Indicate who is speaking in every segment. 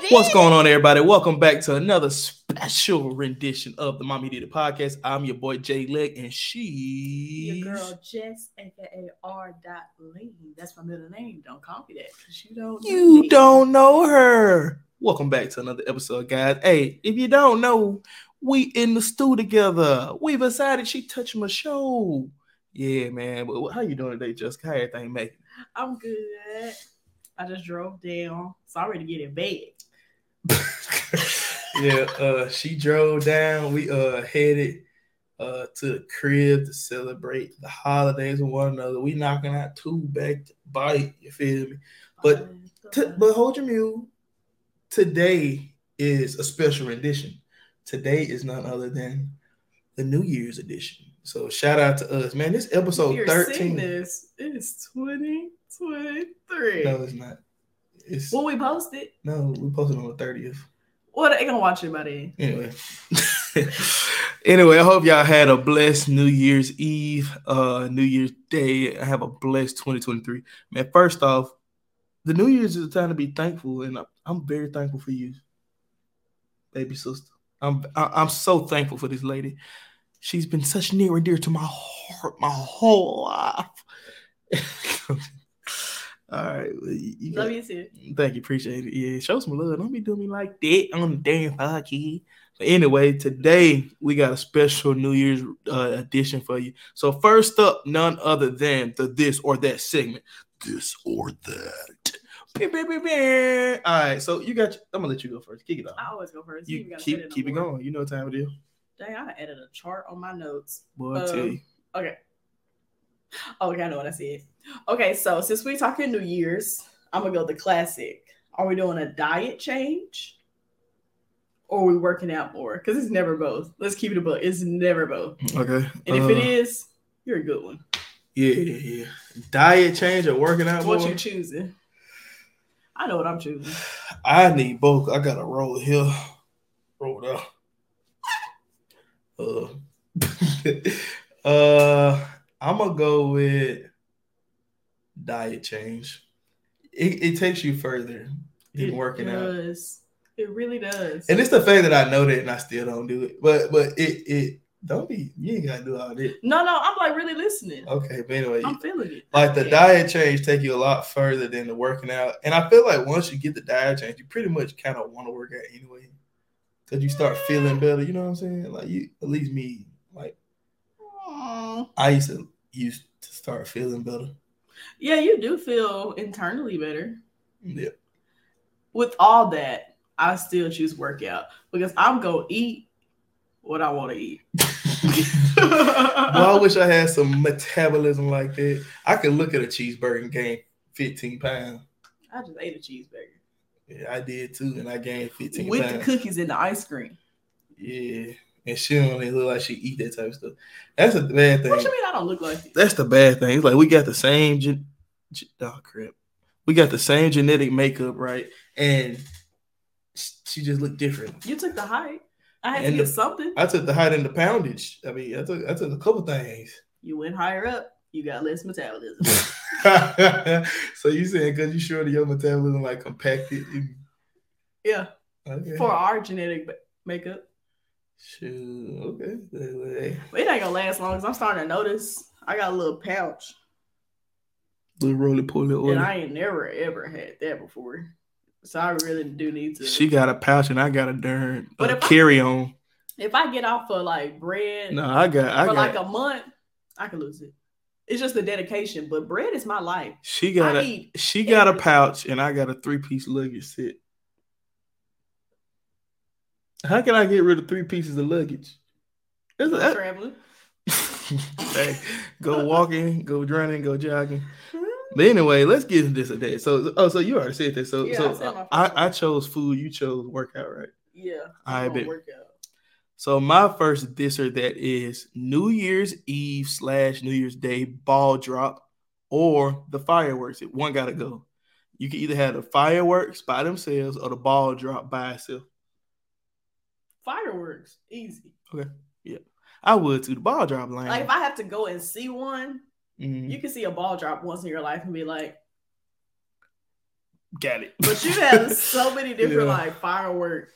Speaker 1: did.
Speaker 2: What's going on, everybody? Welcome back to another special rendition of the Mommy Did It podcast. I'm your boy Jay Leg, and she.
Speaker 1: Your girl Jess, aka R. Dot Lee. That's my middle name. Don't copy that because you don't. know
Speaker 2: You
Speaker 1: me.
Speaker 2: don't know her. Welcome back to another episode, guys. Hey, if you don't know, we in the stew together. We've decided she touched my show. Yeah, man. But how you doing today, Jessica? How everything making?
Speaker 1: I'm good. I just drove down. Sorry to get in bed.
Speaker 2: yeah, uh, she drove down. We uh headed uh to the crib to celebrate the holidays with one another. We knocking out two back to bite. You feel me? But-
Speaker 1: Um,
Speaker 2: T- but hold your mule. Today is a special rendition. Today is none other than the New Year's edition. So shout out to us, man. This episode
Speaker 1: You're seeing
Speaker 2: thirteen.
Speaker 1: this. It is 2023.
Speaker 2: No, it's not. It's
Speaker 1: Well, we posted.
Speaker 2: no. We posted on the thirtieth.
Speaker 1: Well, they gonna watch it by then.
Speaker 2: anyway anyway i hope y'all had a blessed new year's eve uh new year's day i have a blessed 2023 man first off the new year's is a time to be thankful and I- i'm very thankful for you baby sister i'm I- i'm so thankful for this lady she's been such near and dear to my heart my whole life all right well, you, you got-
Speaker 1: Love you too.
Speaker 2: Thank you, appreciate it. Yeah, show some love. Don't be doing me like that on the damn podcast. But anyway, today we got a special New Year's uh, edition for you. So first up, none other than the this or that segment. This or that. Beep, beep, beep, beep. All right, so you got. I'm gonna let you go first. Kick it
Speaker 1: I
Speaker 2: off.
Speaker 1: always go first.
Speaker 2: You
Speaker 1: even Oh, gotta put
Speaker 2: keep
Speaker 1: in the
Speaker 2: keep it
Speaker 1: order.
Speaker 2: going. You know what time it is.
Speaker 1: Dang, I done added a chart on my notes.
Speaker 2: Boy, I tell
Speaker 1: Um,
Speaker 2: you.
Speaker 1: Okay, I know what I said. Okay, so since we're talking New Year's, I'm gonna go the classic. Are we doing a diet change? Or are we working out more? Because it's never both. Let's keep it a book. It's never both.
Speaker 2: Okay.
Speaker 1: And if it
Speaker 2: Uh,
Speaker 1: is, you're a good one.
Speaker 2: yeah, yeah, yeah. Diet change or working out
Speaker 1: What
Speaker 2: more?
Speaker 1: you choosing? I know what I'm choosing.
Speaker 2: I need both. I got a roll here, roll there. Uh, uh, I'm gonna go with diet change. It, it takes you further than working out,
Speaker 1: does. It really does.
Speaker 2: and it's the fact that I know that and I still don't do it. But but it it don't be you ain't gotta do all that.
Speaker 1: no, no, I'm like really listening.
Speaker 2: Okay, but anyway,
Speaker 1: I'm feeling it.
Speaker 2: like the
Speaker 1: Yeah.
Speaker 2: diet change take you a lot further than the working out and i feel like once you get the diet change you pretty much kind of want to work out anyway because you start feeling better you know what i'm saying like you at least me like
Speaker 1: Aw.
Speaker 2: i used to used to start feeling better
Speaker 1: Yeah, you do feel internally better.
Speaker 2: yeah
Speaker 1: with all that, I still choose workout because I'm gonna eat what I want to eat. Uh-huh.
Speaker 2: well i wish i had some metabolism like that i could look at a cheeseburger and gain 15 pounds
Speaker 1: I just ate a cheeseburger
Speaker 2: yeah i did too and i gained 15
Speaker 1: with the
Speaker 2: pounds
Speaker 1: cookies and the ice cream.
Speaker 2: yeah and she don't even look like she eat that type of stuff that's a bad thing
Speaker 1: What you mean I don't look like it?
Speaker 2: that's the bad thing. It's like we got the same gen- gen- oh crap. We got the same genetic makeup, right? And sh- she just looked different.
Speaker 1: You took the height. I had
Speaker 2: And
Speaker 1: to get
Speaker 2: the-
Speaker 1: something.
Speaker 2: I took the height and the poundage. I mean, I took I took a couple things.
Speaker 1: you went higher up. You got less metabolism.
Speaker 2: so you saying because you sure that your metabolism like compacted? You-
Speaker 1: yeah,
Speaker 2: Okay.
Speaker 1: for our genetic ma- makeup,
Speaker 2: Shoot. Okay. Well, hey,
Speaker 1: but it ain't gonna last long because I'm starting to notice I got a little pouch,
Speaker 2: Little roly poly
Speaker 1: and
Speaker 2: oily.
Speaker 1: I ain't never ever had that before. So I really do need to.
Speaker 2: She got a pouch and I got a darn
Speaker 1: But
Speaker 2: uh,
Speaker 1: if I-
Speaker 2: carry on.
Speaker 1: if I get off of like bread,
Speaker 2: No, I got I
Speaker 1: for
Speaker 2: got
Speaker 1: like a month, I could lose it. It's just the dedication, but bread is my life.
Speaker 2: she got
Speaker 1: I
Speaker 2: a
Speaker 1: eat.
Speaker 2: She got a
Speaker 1: Everything.
Speaker 2: pouch and I got a three piece luggage set. How can I get rid of three pieces of luggage? That's-
Speaker 1: when I'm
Speaker 2: that-
Speaker 1: traveling.
Speaker 2: Hey, go walking, go running, go jogging.
Speaker 1: Hmm?
Speaker 2: But anyway, let's get into this a day. So, oh, so you already said that. So,
Speaker 1: Yeah, I said my
Speaker 2: so
Speaker 1: first
Speaker 2: I,
Speaker 1: one.
Speaker 2: I, chose food, you chose workout, right?
Speaker 1: Yeah,
Speaker 2: I
Speaker 1: I'm gonna
Speaker 2: bet.
Speaker 1: work out.
Speaker 2: So my first this or that is New Year's Eve slash New Year's Day ball drop or the fireworks. It one gotta go. You can either have the fireworks by themselves or the ball drop by itself.
Speaker 1: Fireworks, easy.
Speaker 2: I would too. The ball drop line.
Speaker 1: Like if I have to go and see one,
Speaker 2: Mhm.
Speaker 1: you can see a ball drop once in your life and be like,
Speaker 2: Got it.
Speaker 1: But you have so many different
Speaker 2: Yeah.
Speaker 1: like firework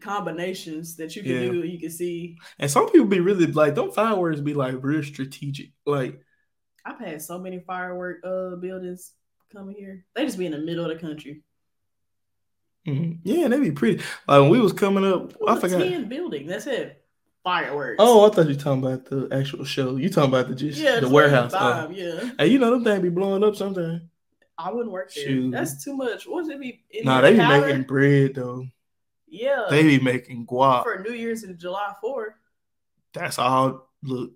Speaker 1: combinations that you can
Speaker 2: Yeah.
Speaker 1: do. You can see.
Speaker 2: And some people be really like, don't fireworks be like real strategic. Like,
Speaker 1: I've had so many firework uh buildings coming here. They just be in the middle of the country.
Speaker 2: mhm. yeah, they be pretty. Like when we was coming up,
Speaker 1: Well,
Speaker 2: I
Speaker 1: a
Speaker 2: forgot.
Speaker 1: Ten building. That's it. Fireworks.
Speaker 2: Oh, I thought you were talking about the actual show. You talking about the just the
Speaker 1: just
Speaker 2: warehouse.
Speaker 1: vibe,
Speaker 2: Oh.
Speaker 1: Yeah,
Speaker 2: Hey, you know them things be blowing up sometimes.
Speaker 1: I wouldn't work there.
Speaker 2: Shoot.
Speaker 1: That's too much. What would it be? in
Speaker 2: Nah,
Speaker 1: there?
Speaker 2: they be
Speaker 1: Powder?
Speaker 2: making bread though.
Speaker 1: Yeah,
Speaker 2: They be making guap.
Speaker 1: Uh, for New Year's and July Fourth.
Speaker 2: That's all. Look,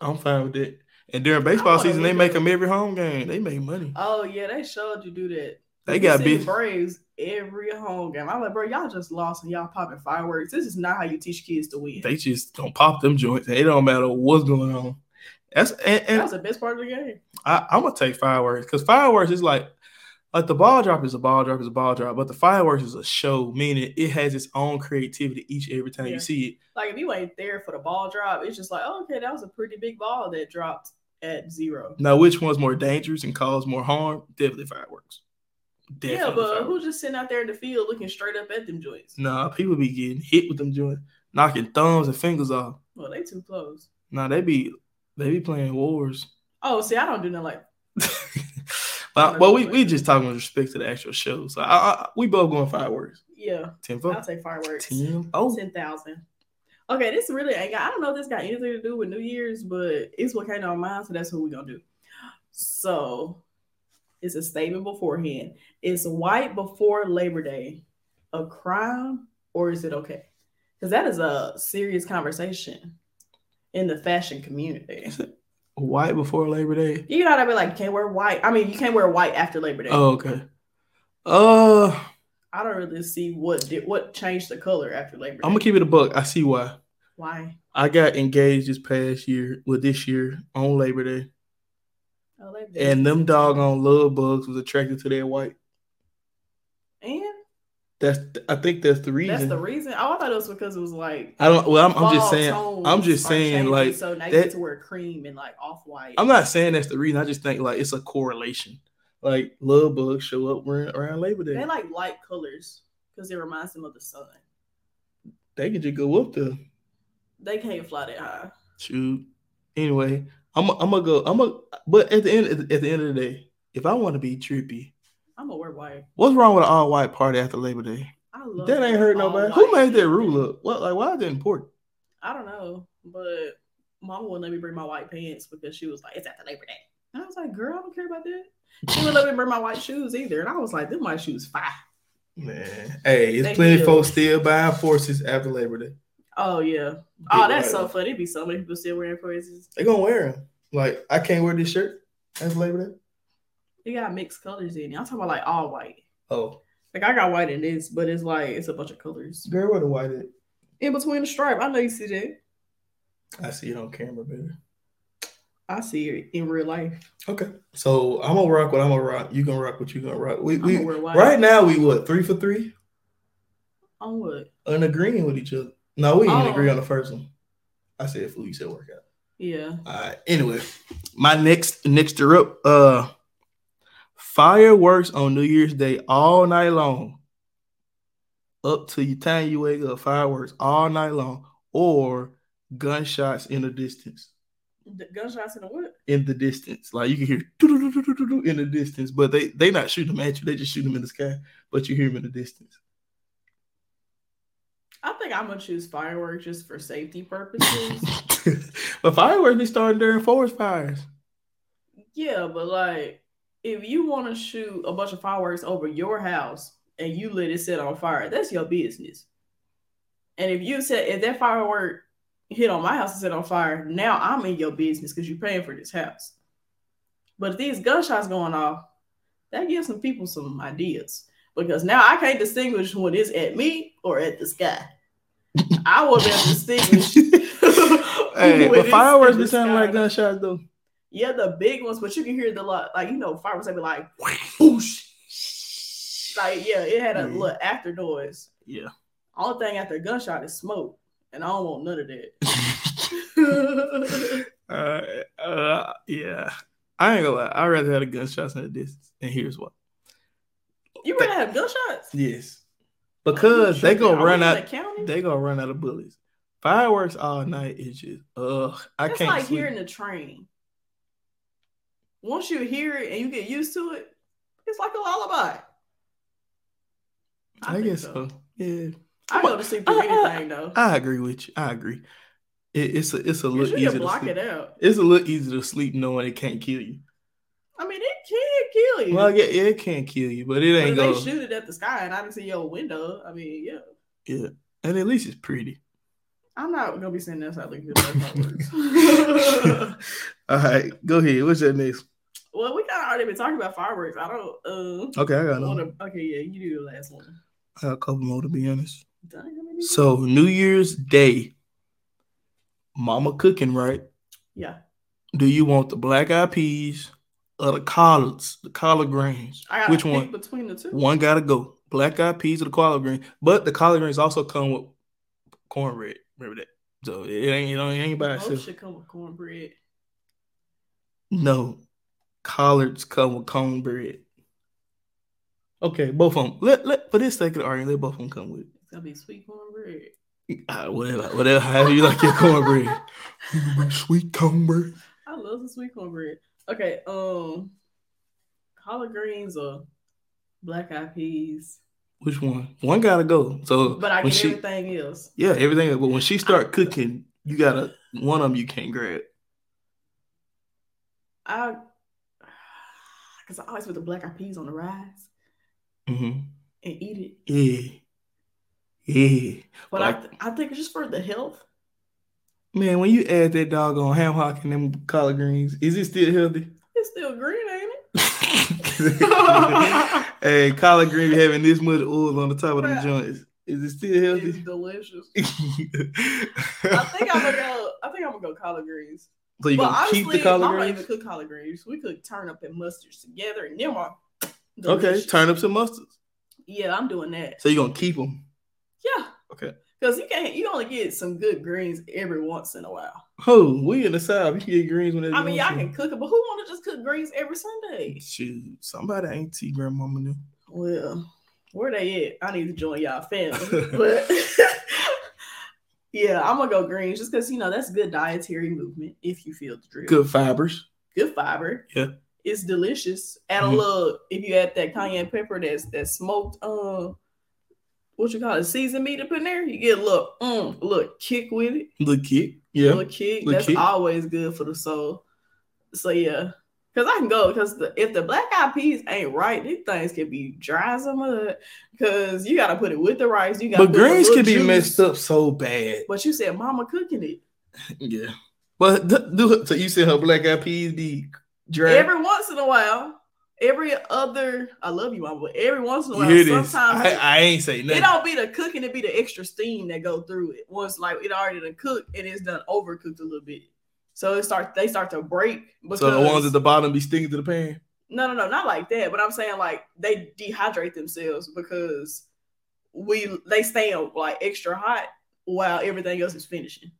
Speaker 2: I'm fine with it. And during baseball
Speaker 1: wanna
Speaker 2: season, they
Speaker 1: leave
Speaker 2: make
Speaker 1: it.
Speaker 2: them every home game. They make money.
Speaker 1: Oh yeah, they showed you do that.
Speaker 2: They
Speaker 1: You
Speaker 2: got
Speaker 1: see the
Speaker 2: big.
Speaker 1: Braves every home game. I'm like, bro, y'all just lost and y'all popping fireworks. This is not how you teach kids to win.
Speaker 2: They just don't pop them joints. It don't matter what's going on. That's and,
Speaker 1: that
Speaker 2: and
Speaker 1: was the best part of the game.
Speaker 2: I, I'm gonna take fireworks because fireworks is like like the ball drop is a ball drop is a ball drop, but the fireworks is a show, meaning it has its own creativity each and every time
Speaker 1: Yeah.
Speaker 2: you see it.
Speaker 1: Like if you ain't there for the ball drop, it's just like, oh, okay, that was a pretty big ball that dropped at zero.
Speaker 2: Now, which one's more dangerous and cause more harm? Definitely fireworks. Definitely
Speaker 1: yeah, but
Speaker 2: fireworks.
Speaker 1: who's just sitting out there in the field looking straight up at them joints?
Speaker 2: Nah, people be getting hit with them joints, knocking thumbs and fingers off.
Speaker 1: Well, they too close.
Speaker 2: Nah, they be they be playing wars.
Speaker 1: Oh, see, I don't do nothing like
Speaker 2: but but we, we just talking with respect to the actual show. So I, I, we both going fireworks.
Speaker 1: yeah.
Speaker 2: Ten
Speaker 1: I'll
Speaker 2: votes.
Speaker 1: take fireworks.
Speaker 2: Ten. Oh,
Speaker 1: Ten thousand. Okay, this really ain't got. I don't know if this got anything to do with New Year's, but it's what came to our mind, so that's what we're gonna do. So, it's a statement beforehand. Is white before Labor Day a crime or is it okay? Because that is a serious conversation in the fashion community.
Speaker 2: white before Labor Day.
Speaker 1: You know what I mean? Like, you can't wear white. I mean, you can't wear white after Labor Day.
Speaker 2: Oh, okay. Uh,
Speaker 1: I don't really see what did what changed the color after Labor Day.
Speaker 2: I'm gonna keep it a buck. I see why.
Speaker 1: Why?
Speaker 2: I got engaged this past year, well, this year on Labor Day,
Speaker 1: Oh, Labor Day.
Speaker 2: and them doggone love bugs was attracted to that white.
Speaker 1: and
Speaker 2: That's I think that's the reason.
Speaker 1: That's the reason. Oh, I thought it was because it was like
Speaker 2: I don't. Well, I'm, I'm just
Speaker 1: fall
Speaker 2: saying. I'm
Speaker 1: tones
Speaker 2: just
Speaker 1: are
Speaker 2: saying,
Speaker 1: changing,
Speaker 2: like,
Speaker 1: so now you
Speaker 2: that-
Speaker 1: get to wear cream and like off white.
Speaker 2: I'm not saying that's the reason. I just think like it's a correlation. Like love bugs show up around, around Labor Day.
Speaker 1: They like light colors because it reminds them of the sun.
Speaker 2: they can just go up there.
Speaker 1: They can't fly that high.
Speaker 2: Shoot. Anyway, I'm I'm gonna go. I'm gonna. But at the end at the end of the day, if I want to be trippy,
Speaker 1: I'm gonna wear white.
Speaker 2: what's wrong with an all white party after Labor Day?
Speaker 1: I love
Speaker 2: that ain't hurt
Speaker 1: all
Speaker 2: nobody. Who
Speaker 1: white.
Speaker 2: made that rule up? What like why is that important?
Speaker 1: I don't know, but Mama wouldn't let me bring my white pants because she was like, "It's after Labor Day," and I was like, "Girl, I don't care about that." She wouldn't let me bring my white shoes either, and I was like, "Them white shoes fine."
Speaker 2: Man, hey, it's
Speaker 1: They
Speaker 2: plenty
Speaker 1: do.
Speaker 2: of folks still buying forces after Labor Day.
Speaker 1: Oh yeah.
Speaker 2: Get
Speaker 1: Oh, that's
Speaker 2: right
Speaker 1: so
Speaker 2: on.
Speaker 1: funny. It'd be so many people still wearing phrases.
Speaker 2: They gonna wear them. Like I can't wear this shirt after Labor Day.
Speaker 1: It got mixed colors in it. I'm talking about like all white.
Speaker 2: Oh,
Speaker 1: Like I got white in this, but it's like it's a bunch of colors
Speaker 2: girl, where the white at?
Speaker 1: in between the stripe. I know you see that.
Speaker 2: I see it on camera better.
Speaker 1: I see it in real life.
Speaker 2: Okay, so I'm gonna rock what I'm gonna rock. You gonna rock what you gonna rock. We,
Speaker 1: I'm
Speaker 2: we
Speaker 1: gonna wear white.
Speaker 2: right now we what three for three,
Speaker 1: On what?
Speaker 2: unagreeing with each other. No, we didn't
Speaker 1: Oh.
Speaker 2: agree on the first one. I said food. You said workout.
Speaker 1: Yeah.
Speaker 2: All right. Anyway, my next next up, uh, fireworks on New Year's Day all night long, up to the time you wake up. Fireworks all night long, or gunshots in the distance.
Speaker 1: The gunshots in the what?
Speaker 2: in the distance. Like you can hear doo-doo-doo-doo-doo-doo in the distance, but they they not shooting them at you. They just shoot them in the sky, but you hear them in the distance.
Speaker 1: I think I'm gonna choose fireworks just for safety purposes.
Speaker 2: but fireworks be starting during forest fires.
Speaker 1: yeah, but like if you want to shoot a bunch of fireworks over your house and you let it set on fire, that's your business. And if you said if that firework hit on my house and set on fire, now I'm in your business because you're paying for this house. But if these gunshots going off, that gives some people some ideas because now I can't distinguish when it's at me or at the sky. I will be able to distinguish.
Speaker 2: Hey,
Speaker 1: when it's
Speaker 2: but
Speaker 1: in
Speaker 2: fireworks
Speaker 1: the
Speaker 2: be sounding
Speaker 1: sky.
Speaker 2: like gunshots though.
Speaker 1: Yeah, the big ones, but you can hear the lot, like you know, fireworks. They be like, whoosh. like yeah, it had a
Speaker 2: Yeah.
Speaker 1: little after noise.
Speaker 2: Yeah.
Speaker 1: Only thing after a gunshot is smoke, and I don't want none of that.
Speaker 2: Uh, uh, yeah. I ain't gonna lie. I'd rather have the gunshots in the distance, and here's why.
Speaker 1: You run out of gunshots?
Speaker 2: Yes, because they gonna
Speaker 1: Are we
Speaker 2: run
Speaker 1: in
Speaker 2: out.
Speaker 1: the county?
Speaker 2: They gonna run out of bullets. Fireworks all night is just ugh. I
Speaker 1: That's
Speaker 2: can't
Speaker 1: like
Speaker 2: sleep.
Speaker 1: hearing the train. Once you hear it and you get used to it, it's like a lullaby.
Speaker 2: I,
Speaker 1: think
Speaker 2: guess so. Yeah,
Speaker 1: I go to sleep through
Speaker 2: Uh, uh,
Speaker 1: anything though.
Speaker 2: I agree with you. I agree. It, it's a it's a
Speaker 1: You
Speaker 2: little
Speaker 1: should
Speaker 2: easier
Speaker 1: just
Speaker 2: to
Speaker 1: block
Speaker 2: sleep.
Speaker 1: it out.
Speaker 2: It's a little easier to sleep knowing it can't kill you.
Speaker 1: I mean, it can kill you.
Speaker 2: Well, yeah, it can't kill you, but it
Speaker 1: but if
Speaker 2: ain't
Speaker 1: they
Speaker 2: gonna.
Speaker 1: shoot it at the sky and I didn't see your window, I mean, yeah.
Speaker 2: And at least it's pretty.
Speaker 1: I'm not gonna be saying that's how the good fireworks.
Speaker 2: All right, go ahead. What's your next?
Speaker 1: well, we kind of already been talking about fireworks. I don't. Uh,
Speaker 2: Okay, I got another
Speaker 1: wanna, okay, yeah, you do the last one.
Speaker 2: I got a couple more to be honest.
Speaker 1: Dang, how many?
Speaker 2: So New Year's Day, Mama cooking right.
Speaker 1: yeah,
Speaker 2: Do you want the black eyed peas or the collards, the collard greens?
Speaker 1: I got
Speaker 2: Which
Speaker 1: pick
Speaker 2: one?
Speaker 1: between the two.
Speaker 2: One gotta go. Black eyed peas or the collard green. But the collard greens also come with cornbread. Remember that. So it ain't you know it ain't by
Speaker 1: Both
Speaker 2: itself.
Speaker 1: should Oh, come with cornbread.
Speaker 2: No, collards come with cornbread. Okay, both of them. Let, let for this sake of the argument, let both of them come with.
Speaker 1: It's gonna be sweet cornbread.
Speaker 2: it. Ah, whatever, whatever. However you like your cornbread. Sweet cornbread.
Speaker 1: I love the sweet cornbread. Okay, um, collard greens or black eyed peas,
Speaker 2: Which one? One gotta go. So,
Speaker 1: but I
Speaker 2: when
Speaker 1: get
Speaker 2: she,
Speaker 1: everything else.
Speaker 2: yeah, everything. But when she start cooking, you gotta one of them you can't grab.
Speaker 1: I, cause I always put the black eyed peas on the rice
Speaker 2: Mm-hmm.
Speaker 1: and eat it.
Speaker 2: Yeah, yeah.
Speaker 1: But I,
Speaker 2: Like-
Speaker 1: th- I think it's just for the health.
Speaker 2: Man, when you add that dog on ham hock and them collard greens, is it still healthy?
Speaker 1: It's still green, ain't it?
Speaker 2: hey, collard green having this much oil on the top of the
Speaker 1: Bruh.
Speaker 2: joints. Is it still
Speaker 1: It's
Speaker 2: healthy?
Speaker 1: delicious. I
Speaker 2: I
Speaker 1: think I'm gonna go. I think I'm gonna go collard greens.
Speaker 2: So you
Speaker 1: but
Speaker 2: gonna
Speaker 1: honestly,
Speaker 2: keep the
Speaker 1: Mom
Speaker 2: collard
Speaker 1: don't
Speaker 2: greens?
Speaker 1: even cook collard greens. We cook turnip and mustards together, and them are
Speaker 2: Okay,
Speaker 1: delicious.
Speaker 2: turnips and mustards.
Speaker 1: Yeah, I'm doing that.
Speaker 2: So you gonna keep them?
Speaker 1: Yeah.
Speaker 2: Okay.
Speaker 1: Because you can't, you only get some good greens every once in a while.
Speaker 2: Oh, we in the south. You can get greens whenever.
Speaker 1: I
Speaker 2: you
Speaker 1: mean,
Speaker 2: want
Speaker 1: y'all
Speaker 2: to.
Speaker 1: can cook it, but who want to just cook greens every Sunday?
Speaker 2: Shoot, somebody ain't see grandmama knew.
Speaker 1: Well, where they at? I need to join y'all family. but yeah, I'm gonna go greens just because you know that's good dietary movement if you feel the drill.
Speaker 2: Good fibers.
Speaker 1: Good fiber.
Speaker 2: Yeah.
Speaker 1: It's delicious. Add
Speaker 2: Mhm.
Speaker 1: a little if you add that cayenne pepper that's that smoked uh what you call it, seasoned meat up in there, you get a little mm, a little kick with it.
Speaker 2: Look it. Yeah.
Speaker 1: little kick.
Speaker 2: little
Speaker 1: That's
Speaker 2: kick.
Speaker 1: always good for the soul. So yeah, because I can go. Because the, if the black eyed peas ain't right, these things can be dry as a mud. Because you gotta put it with the rice. You gotta.
Speaker 2: But
Speaker 1: put the
Speaker 2: greens
Speaker 1: little
Speaker 2: can be
Speaker 1: juice.
Speaker 2: messed up so bad.
Speaker 1: But you said mama cooking it
Speaker 2: Yeah. But do, do- so you said her black eyed peas be dry.
Speaker 1: every once in a while. Every other, I love you, mama. But every once in a while,
Speaker 2: Here it is.
Speaker 1: sometimes
Speaker 2: I, I ain't say
Speaker 1: it
Speaker 2: nothing.
Speaker 1: don't be the cooking, it be the extra steam that go through it. Once like it already done cooked and it's done overcooked a little bit, so it start they start to break. Because
Speaker 2: So the ones at the bottom be sticking to the pan.
Speaker 1: No, no, no, not like that. But I'm saying like they dehydrate themselves because we they stay on like extra hot while everything else is finishing.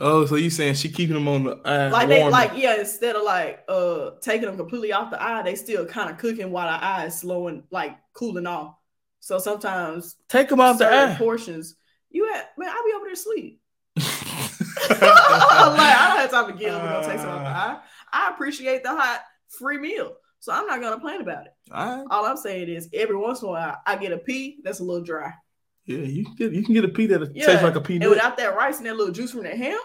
Speaker 2: Oh, so you saying she keeping them on the eye
Speaker 1: Like they
Speaker 2: warm?
Speaker 1: like yeah, instead of like uh taking them completely off the eye, they still kind of cooking while the eye is slowing like cooling off. So sometimes
Speaker 2: take them off the
Speaker 1: certain
Speaker 2: eye.
Speaker 1: portions you at man, I'll be over there asleep. like I
Speaker 2: I
Speaker 1: don't have time to get up and go take some
Speaker 2: Uh.
Speaker 1: off the eye. I appreciate the hot free meal. So I'm not gonna complain about it. All I'm saying is every once in a while I get a pea that's a little dry.
Speaker 2: Yeah, you can get you can get a pea that
Speaker 1: Yeah,
Speaker 2: tastes like a pea.
Speaker 1: And without that rice and that little juice from that ham,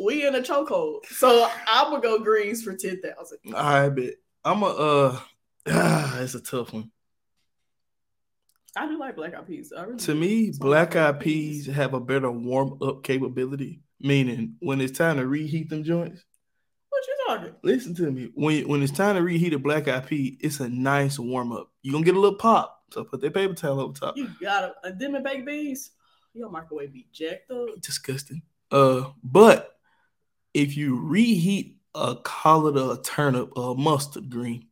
Speaker 1: we in a chokehold. So I'm gonna go greens for ten thousand.
Speaker 2: I bet. I'm a uh ah, it's a tough one.
Speaker 1: I do like black eyed peas. I really
Speaker 2: To
Speaker 1: do.
Speaker 2: me,
Speaker 1: It's one of my
Speaker 2: black eyed
Speaker 1: favorite
Speaker 2: peas have a better warm up capability. Meaning, when it's time to reheat them joints,
Speaker 1: What you talking?
Speaker 2: listen to me. When when it's time to reheat a black eyed pea, it's a nice warm up. You are gonna get a little pop. So put that paper towel over top.
Speaker 1: You got a, a dim and baked beans. Your microwave be jacked up.
Speaker 2: disgusting. Uh, but if you reheat a collard or a turnip or a mustard green,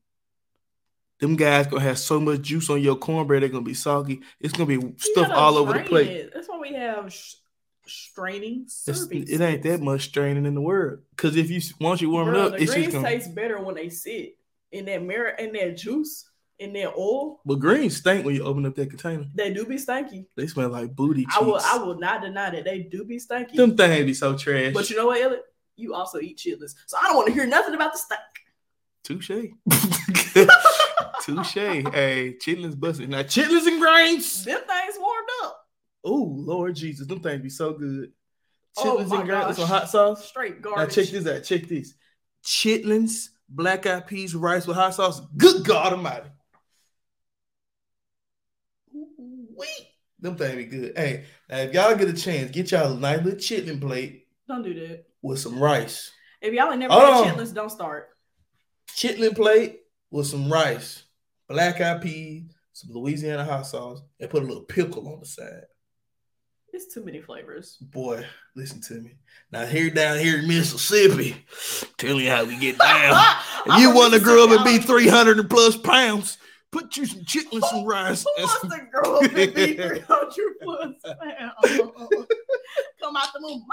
Speaker 2: them guys gonna have so much juice on your cornbread they're gonna be soggy. It's gonna be
Speaker 1: You
Speaker 2: stuff
Speaker 1: gotta
Speaker 2: all over the
Speaker 1: strain
Speaker 2: plate.
Speaker 1: it. That's why we have sh- straining
Speaker 2: It's-
Speaker 1: serving.
Speaker 2: it ain't that much straining in the world. Cause if you once you warm it up,
Speaker 1: The
Speaker 2: it's
Speaker 1: greens
Speaker 2: just gonna
Speaker 1: taste better when they sit. in that mirror, in that juice, in that oil.
Speaker 2: But greens stink when you open up that container.
Speaker 1: They do be stinky.
Speaker 2: They smell like booty cheeks.
Speaker 1: I will I will not deny that they do be stinky.
Speaker 2: Them things be so trash.
Speaker 1: But you know what, Elliot? You also eat chitlins. So I don't want to hear nothing about the stink.
Speaker 2: Touche. Touche. Hey, chitlins busting. Now chitlins and grains.
Speaker 1: Them things warmed up.
Speaker 2: Oh Lord Jesus, them things be so good.
Speaker 1: Oh,
Speaker 2: Chitlins
Speaker 1: my
Speaker 2: and grains on
Speaker 1: gosh.
Speaker 2: hot sauce.
Speaker 1: Straight
Speaker 2: Now
Speaker 1: garbage.
Speaker 2: check this out. Check this. Chitlins, black eyed peas, rice with hot sauce. Good God Almighty. Wait, them things be good. Hey, now if y'all get a chance, get y'all a nice little chitlin plate
Speaker 1: Don't do that.
Speaker 2: with some rice.
Speaker 1: If y'all ain't never
Speaker 2: Hold
Speaker 1: had
Speaker 2: on.
Speaker 1: chitlins, don't start.
Speaker 2: Chitlin plate with some rice, black eyed peas, some Louisiana hot sauce, and put a little pickle on the side.
Speaker 1: It's too many flavors.
Speaker 2: Boy, listen to me. Now here down here in Mississippi, tell you how we get down. If you want to grow up and be 300 and plus pounds, put you some chitlins and rice.
Speaker 1: Who
Speaker 2: and
Speaker 1: wants
Speaker 2: some-
Speaker 1: to grow up and be 300 plus? Man, uh-uh. Come out the moon. Mom,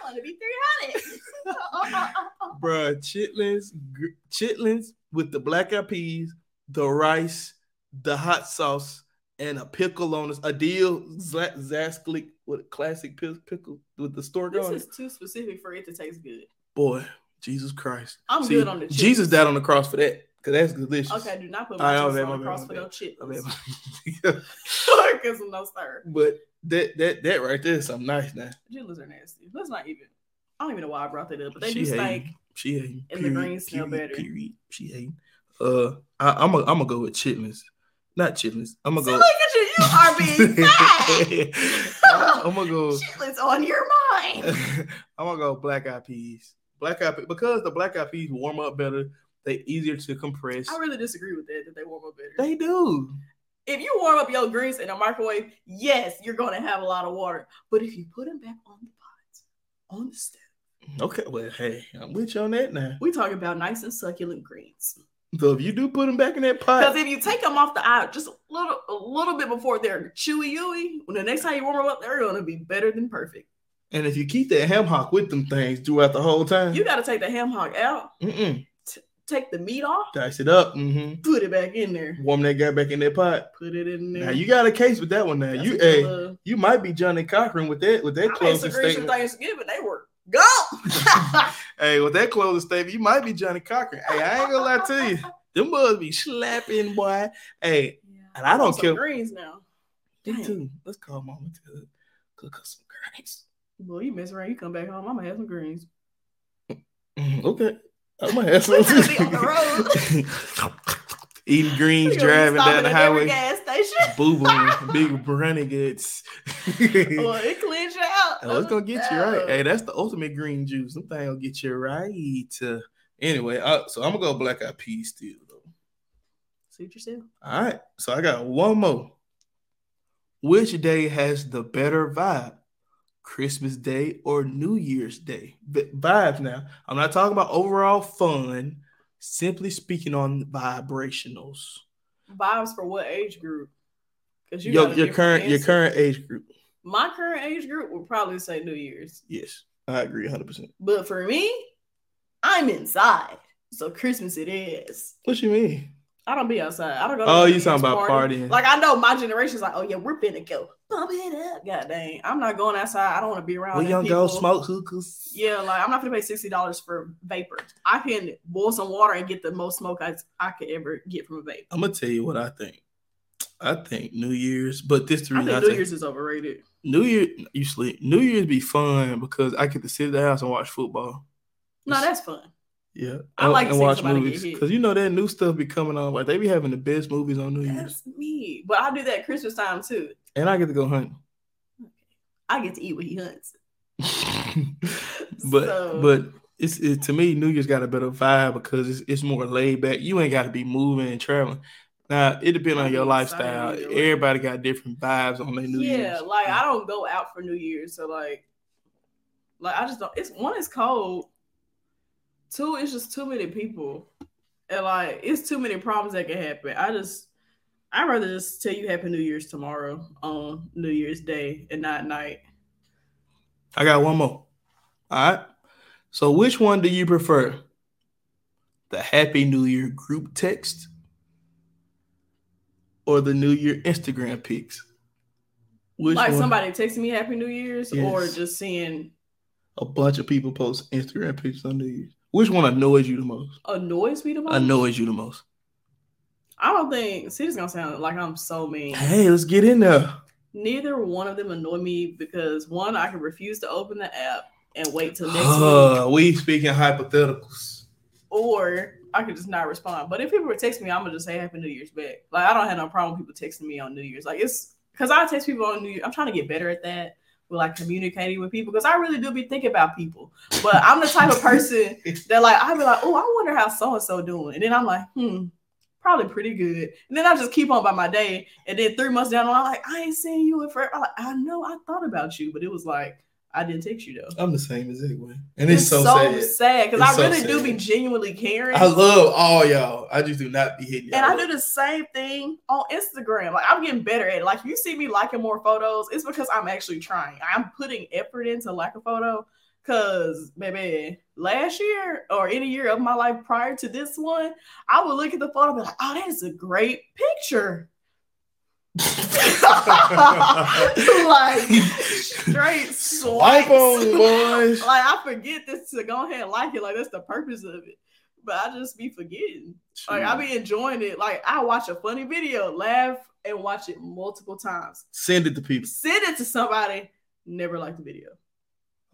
Speaker 1: I want to be 300. Uh, uh, uh, uh.
Speaker 2: Bruh, chitlins, gr- chitlins with the black eyed peas, the rice, the hot sauce, and a pickle on us. A deal, Zasklik, with classic pi- pickle with the store
Speaker 1: this
Speaker 2: going.
Speaker 1: is too specific for it to taste good.
Speaker 2: Boy, Jesus Christ.
Speaker 1: I'm
Speaker 2: See,
Speaker 1: good on the chitlins.
Speaker 2: Jesus died on the cross for that, because that's delicious.
Speaker 1: Okay, do not put
Speaker 2: All
Speaker 1: my
Speaker 2: right,
Speaker 1: chips
Speaker 2: my
Speaker 1: on
Speaker 2: bad,
Speaker 1: the
Speaker 2: my
Speaker 1: cross
Speaker 2: bad,
Speaker 1: for
Speaker 2: my bad. I mean,
Speaker 1: no chitlins.
Speaker 2: yeah,
Speaker 1: Because no sir.
Speaker 2: but that that that right there is something nice now.
Speaker 1: Chitlins are nasty. Let's not even. I don't even know why I brought that up, but they
Speaker 2: She
Speaker 1: do
Speaker 2: hating.
Speaker 1: stink.
Speaker 2: She hating.
Speaker 1: and the greens smell better.
Speaker 2: Period. She hating. Uh, I, I'm a, I'm gonna go with chitlins, not chitlins. I'm
Speaker 1: So
Speaker 2: gonna
Speaker 1: look
Speaker 2: go.
Speaker 1: at you. You are being fat.
Speaker 2: I'm gonna go.
Speaker 1: Chitlins on your mind.
Speaker 2: I'm gonna go black eyed peas. Black eyed pe- because the black eyed peas warm up better. They easier to compress.
Speaker 1: I really disagree with that. That they warm up better.
Speaker 2: They do.
Speaker 1: if you warm up your greens in the microwave, yes, you're going to have a lot of water. But if you put them back on the pots, on the step,
Speaker 2: Okay. Well, hey, I'm with you on that now.
Speaker 1: we talking about nice and succulent greens.
Speaker 2: So if you do put them back in that pot,
Speaker 1: Because if you take them off the eye just a little, a little bit before they're chewy, ooey, when the next time you warm them up, they're going to be better than perfect.
Speaker 2: and if you keep that ham hock with them things throughout the whole time,
Speaker 1: You got to take the ham hock out,
Speaker 2: mm-mm,
Speaker 1: take the meat off,
Speaker 2: dice it up. hmm
Speaker 1: put it back in there,
Speaker 2: Warm that guy back in that pot.
Speaker 1: put it in there.
Speaker 2: Now you got a case with that one. Now
Speaker 1: That's
Speaker 2: you,
Speaker 1: a good
Speaker 2: hey,
Speaker 1: little-
Speaker 2: you might be Johnny Cochran with that with that
Speaker 1: I made
Speaker 2: closing
Speaker 1: some greens for
Speaker 2: statement.
Speaker 1: Thanksgiving. They were go.
Speaker 2: Hey, with that closing statement, you might be Johnny Cochran. Hey, I ain't gonna lie to you. Them bugs be slapping, boy. Hey, And I don't
Speaker 1: Want some
Speaker 2: care-
Speaker 1: greens now.
Speaker 2: me
Speaker 1: Dang.
Speaker 2: too. Let's call mama to cook us some greens.
Speaker 1: Well, you mess around, you come back home. I'm gonna have some greens.
Speaker 2: Mm, Okay, I'm gonna have
Speaker 1: We
Speaker 2: some.
Speaker 1: gonna be Mm-hmm. on the
Speaker 2: Eating
Speaker 1: We
Speaker 2: greens,
Speaker 1: gonna be
Speaker 2: driving down
Speaker 1: stopping
Speaker 2: the
Speaker 1: at every
Speaker 2: highway,
Speaker 1: gas station.
Speaker 2: boo boo, big running goods.
Speaker 1: well, it cleans you out.
Speaker 2: Oh, it's gonna get you right. Hey, that's the ultimate green juice. Them thing gonna get you right. Uh, anyway, I, so I'm gonna go black eyed peas still though.
Speaker 1: Uh-uh. Suit yourself.
Speaker 2: All right, so I got one more. Which day has the better vibe? Christmas Day or New Year's Day? V- vibes now. I'm not talking about overall fun. Simply speaking on vibrationals.
Speaker 1: Vibes for what age group? Because
Speaker 2: Your, your current your current age group.
Speaker 1: My current age group would probably say New Year's,
Speaker 2: Yes, I agree 100. percent
Speaker 1: but for me, I'm inside, so Christmas it is.
Speaker 2: What you mean?
Speaker 1: I don't be outside. I don't go.
Speaker 2: Oh,
Speaker 1: no
Speaker 2: you talking
Speaker 1: Christmas
Speaker 2: about
Speaker 1: party.
Speaker 2: partying?
Speaker 1: Like I know my generation's like, oh yeah, we're finna go bump it up. God dang, I'm not going outside. I don't want to be around.
Speaker 2: we
Speaker 1: them
Speaker 2: young girls
Speaker 1: people.
Speaker 2: smoke hookahs.
Speaker 1: Yeah, like I'm not gonna pay sixty dollars for vapor. I can boil some water and get the most smoke I, I could ever get from a vape.
Speaker 2: I'm gonna tell you what I think. I think New Year's, but this the
Speaker 1: I
Speaker 2: reason I
Speaker 1: think New
Speaker 2: think
Speaker 1: Year's is overrated.
Speaker 2: New Year you sleep. New Year's be fun because I get to sit at the house and watch football.
Speaker 1: No, that's fun.
Speaker 2: Yeah,
Speaker 1: I
Speaker 2: and-
Speaker 1: like
Speaker 2: and
Speaker 1: seeing
Speaker 2: watch
Speaker 1: somebody get
Speaker 2: movies
Speaker 1: hit.
Speaker 2: because you know that new stuff be coming on. Like they be having the best movies on New Year's,
Speaker 1: That's me. But I do that Christmas time too.
Speaker 2: and I get to go hunting.
Speaker 1: I get to eat what he hunts.
Speaker 2: but
Speaker 1: So-
Speaker 2: but it's it, to me New Year's got a better vibe because it's it's more laid back. You ain't got to be moving and traveling. Now it depends on
Speaker 1: I'm
Speaker 2: your
Speaker 1: excited
Speaker 2: lifestyle.
Speaker 1: either way.
Speaker 2: Everybody got different vibes on their New
Speaker 1: yeah,
Speaker 2: Year's.
Speaker 1: like I don't go out for New Year's, so like, like I just don't. It's one, it's cold. Two, it's just too many people, and like it's too many problems that can happen. I just, I would rather just tell you Happy New Year's tomorrow on New Year's Day and not night.
Speaker 2: I got one more. All right. So, which one do you prefer? the Happy New Year group text or the New Year Instagram pics? Which
Speaker 1: like
Speaker 2: one?
Speaker 1: somebody texting me Happy New Year's or
Speaker 2: Yes.
Speaker 1: just seeing
Speaker 2: A bunch of people post Instagram pictures on New Year's. Which one annoys you the most?
Speaker 1: annoys me the most.
Speaker 2: Annoys you the most?
Speaker 1: I don't think see this is gonna sound like I'm so mean.
Speaker 2: Hey, let's get in there.
Speaker 1: Neither one of them annoy me because one, I can refuse to open the app and wait till next week.
Speaker 2: Uh, we speaking hypotheticals.
Speaker 1: Or I could just not respond. But if people were texting me, I'm gonna just say Happy New Year's back. Like I don't have no problem with people texting me on New Year's. Like it's because I text people on New Year. I'm trying to get better at that. With like communicating with people because I really do be thinking about people. But I'm the type of person that like I'd be like, oh, I wonder how so and so doing. And then I'm like, hmm, probably pretty good. And then I just keep on by my day. And then three months down the line, like, I ain't seen you in forever. I'm like, I know I thought about you, but it was like I didn't text you though.
Speaker 2: I'm the same as way, and it's, so, sad.
Speaker 1: because
Speaker 2: It's
Speaker 1: I
Speaker 2: so
Speaker 1: really do
Speaker 2: sad.
Speaker 1: be genuinely caring.
Speaker 2: I love all y'all. I just do not be hitting y'all.
Speaker 1: and I do the same thing on Instagram. Like I'm getting better at it. Like if you see me liking more photos, it's because I'm actually trying. I'm putting effort into like a photo. Cause baby, last year or any year of my life prior to this one, I would look at the photo and be like, oh, that is a great picture. like straight
Speaker 2: Swipe
Speaker 1: swipe
Speaker 2: on, boys.
Speaker 1: Like I forget this to go ahead and like it. Like that's the purpose of it. But I just be forgetting. Like I be enjoying it. Like I watch a funny video, laugh, and watch it multiple times.
Speaker 2: Send it to people.
Speaker 1: Send it to somebody, never like the video.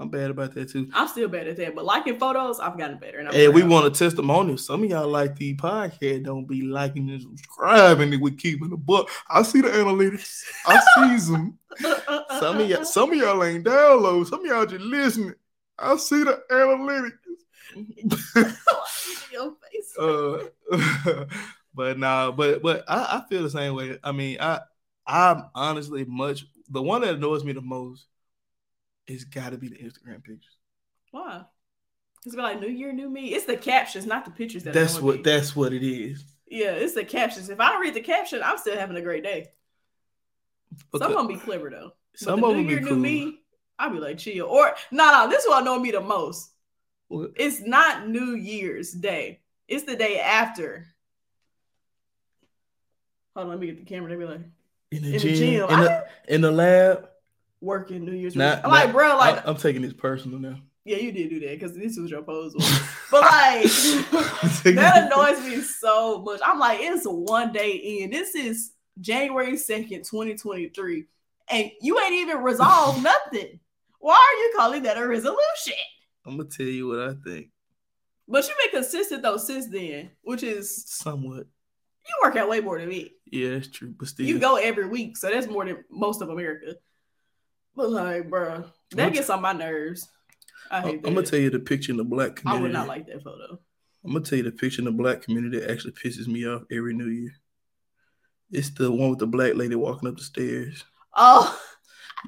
Speaker 2: I'm bad about that too.
Speaker 1: I'm still bad at that, but liking photos, I've gotten better. And I'm
Speaker 2: Hey, we
Speaker 1: proud.
Speaker 2: want a testimonial. Some of y'all like the podcast, don't be liking and subscribing, and we keeping the book. I see the analytics. I see them.
Speaker 1: uh,
Speaker 2: Some of y'all, some of y'all ain't download. Some of y'all just listening. I see the analytics.
Speaker 1: Your face.
Speaker 2: uh, but nah, but but I, I feel the same way. I mean, I I'm honestly much the one that annoys me the most is got to be the Instagram pictures.
Speaker 1: Why? It's been like New Year, New Me. It's the captions, not the pictures. That
Speaker 2: That's
Speaker 1: annoy
Speaker 2: what
Speaker 1: me.
Speaker 2: that's what it is.
Speaker 1: Yeah, it's the captions. If I don't read the caption, I'm still having a great day.
Speaker 2: Because
Speaker 1: Some of them be clever though.
Speaker 2: some
Speaker 1: but
Speaker 2: of
Speaker 1: the
Speaker 2: them
Speaker 1: new year,
Speaker 2: be
Speaker 1: new
Speaker 2: cool.
Speaker 1: me. I'll be like chill. Or no, no, this one annoyed me the most.
Speaker 2: What?
Speaker 1: It's not New Year's Day. It's the day after. Hold on, let me get the camera. They be like
Speaker 2: in the
Speaker 1: in the
Speaker 2: gym,
Speaker 1: gym.
Speaker 2: in, the, in the lab.
Speaker 1: working New Year's.
Speaker 2: Nah,
Speaker 1: Eve. I'm
Speaker 2: nah,
Speaker 1: like, bro, like
Speaker 2: I, am taking this personal now.
Speaker 1: yeah, you did do that because this was your pose. one. but like that annoys me so much. I'm like, it's one day in. This is January 2nd, 2023. And you ain't even resolved nothing. Why are you calling that a resolution?
Speaker 2: I'm gonna tell you what I think.
Speaker 1: But you've been consistent though since then, which is
Speaker 2: Somewhat,
Speaker 1: you work out way more than me.
Speaker 2: yeah, that's true. But still,
Speaker 1: You go every week, so that's more than most of America. But like, bruh, that
Speaker 2: Which-
Speaker 1: gets on my nerves. I
Speaker 2: I,
Speaker 1: hate
Speaker 2: am
Speaker 1: that.
Speaker 2: gonna tell you the picture in the black
Speaker 1: I
Speaker 2: community.
Speaker 1: would not like that photo.
Speaker 2: I'm gonna tell you the picture in the black community that actually pisses me off every New Year. It's the one with the black lady walking up the stairs.
Speaker 1: Oh,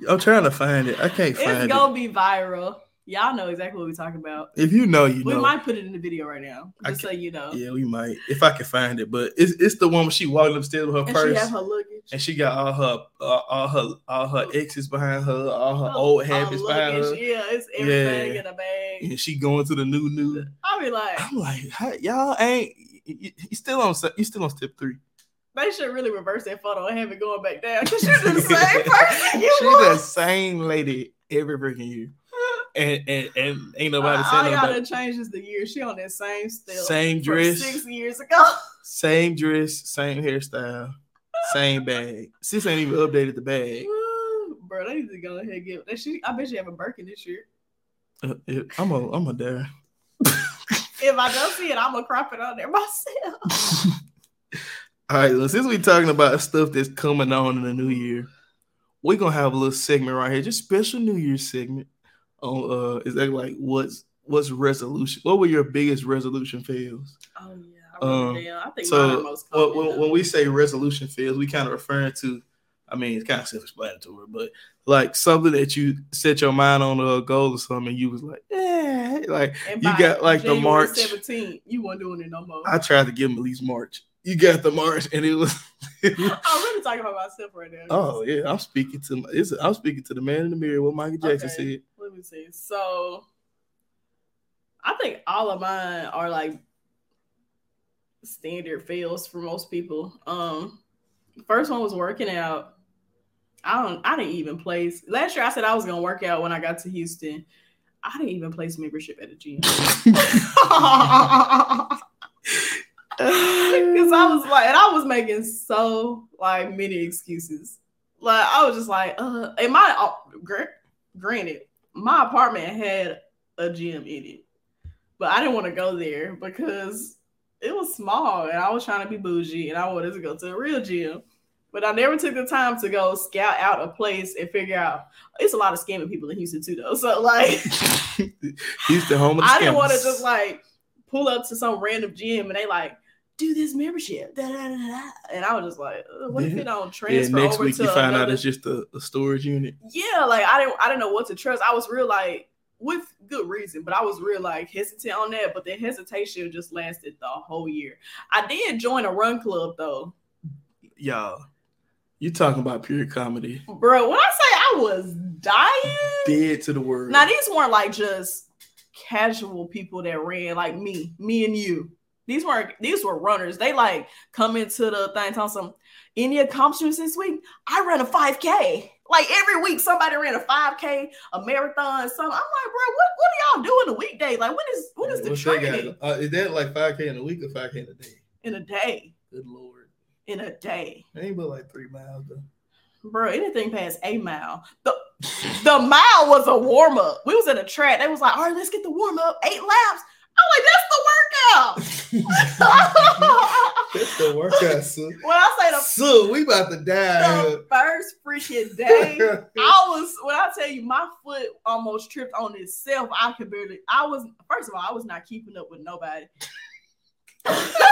Speaker 2: I'm trying to find it. I can't find
Speaker 1: it's
Speaker 2: it.
Speaker 1: gonna be viral. Y'all know exactly what we're talking about.
Speaker 2: If you know, you
Speaker 1: we
Speaker 2: know.
Speaker 1: might put it in the video right now,
Speaker 2: I
Speaker 1: just so you know.
Speaker 2: Yeah, we might. If I can find it, but it's it's the one where she walking upstairs with her
Speaker 1: And she
Speaker 2: purse,
Speaker 1: have her luggage.
Speaker 2: and she got all her uh, all her all her exes behind her, all her
Speaker 1: Her-
Speaker 2: old
Speaker 1: her
Speaker 2: habits behind her,
Speaker 1: luggage. Yeah, it's everything
Speaker 2: Yeah.
Speaker 1: in a bag.
Speaker 2: and she going to the new new.
Speaker 1: I'll be like,
Speaker 2: I'm like, how, y'all ain't you, you- you still on se- you still on step three.
Speaker 1: they should really reverse that photo and have it going back down because she's the same person you
Speaker 2: She
Speaker 1: was.
Speaker 2: the same lady every freaking year. And and, and ain't nobody
Speaker 1: Uh, All
Speaker 2: saying
Speaker 1: y'all
Speaker 2: nothing.
Speaker 1: done changed is the year. She on that same still.
Speaker 2: Same
Speaker 1: from
Speaker 2: dress,
Speaker 1: Six years ago.
Speaker 2: same dress, same hairstyle, same bag. Sis ain't even updated the bag.
Speaker 1: Bro, they need to go ahead and get. They should, I bet you have a Birkin this year.
Speaker 2: Uh, yeah, I'm a I'm a dare.
Speaker 1: If I don't see it, I'm gonna crop it on there myself.
Speaker 2: All right, well, since we talking about stuff that's coming on in the new year, we're gonna have a little segment right here, just special New Year segment on uh is that like what's what's resolution? What were your biggest resolution fails?
Speaker 1: Oh yeah, I wrote
Speaker 2: Um,
Speaker 1: it down. I think
Speaker 2: so,
Speaker 1: mine are most
Speaker 2: Well,
Speaker 1: common,
Speaker 2: when,
Speaker 1: though.
Speaker 2: when we say resolution fails, we kind of referring to, I mean, it's kind of self-explanatory, but like something that you set your mind on a goal or something, and you was like, eh, like
Speaker 1: And
Speaker 2: you
Speaker 1: by
Speaker 2: got, like, the
Speaker 1: January
Speaker 2: March-
Speaker 1: 17th, you weren't doing it no more.
Speaker 2: I tried to give him at least March. You got the March, and it was. it was-
Speaker 1: I'm really talking about myself right now.
Speaker 2: Oh yeah, I'm speaking to my, it's, I'm speaking to the man in the mirror. What Michael Jackson
Speaker 1: Okay.
Speaker 2: said.
Speaker 1: Let me see. So I think all of mine are like standard fails for most people. Um, first one was working out. I don't. I didn't even place last year. I said I was gonna work out when I got to Houston. I didn't even place membership at a gym because I was like, and I was making so like many excuses. Like I was just like, uh, and my uh, gr- granted, my apartment had a gym in it, but I didn't want to go there because it was small and I was trying to be bougie and I wanted to go to a real gym. But I never took the time to go scout out a place and figure out. It's a lot of scamming people in Houston too, though. So like,
Speaker 2: Houston home. Of the
Speaker 1: I didn't want to
Speaker 2: scammers.
Speaker 1: just like pull up to some random gym and they like do this membership, da, da, da, da. and I was just like, uh, what if it don't
Speaker 2: Yeah,
Speaker 1: transfer
Speaker 2: next
Speaker 1: over
Speaker 2: week
Speaker 1: to
Speaker 2: you find out
Speaker 1: another-
Speaker 2: it's just a, a storage unit.
Speaker 1: yeah, like I didn't I didn't know what to trust. I was real like with good reason, but I was real like hesitant on that. But the hesitation just lasted the whole year. I did join a run club though,
Speaker 2: Y'all, you talking about pure comedy.
Speaker 1: bro. When I say I was dying,
Speaker 2: Dead to the world.
Speaker 1: now these weren't like just casual people that ran like me, me and you. These weren't these were runners. They like come into the thing telling some any accomplishments this week. I ran a 5K. Like every week somebody ran a 5K, a marathon, something. I'm like, bro, what, what do y'all do in the weekday? Like what is what is the
Speaker 2: What's that guy-
Speaker 1: training
Speaker 2: Uh, is that like 5K in a week or 5K in a day?
Speaker 1: in a day?
Speaker 2: Good lord.
Speaker 1: In a day.
Speaker 2: It ain't but like three miles though.
Speaker 1: Bro, anything past a mile. The the mile was a warm up. We was at a track. They was like, all right, let's get the warm up. Eight laps. I'm like, that's the workout.
Speaker 2: That's the workout, son.
Speaker 1: when I say the,
Speaker 2: So we about to die.
Speaker 1: the first freaking day,
Speaker 2: here.
Speaker 1: I was when I tell you my foot almost tripped on itself. I could barely. I was first of all, I was not keeping up with nobody.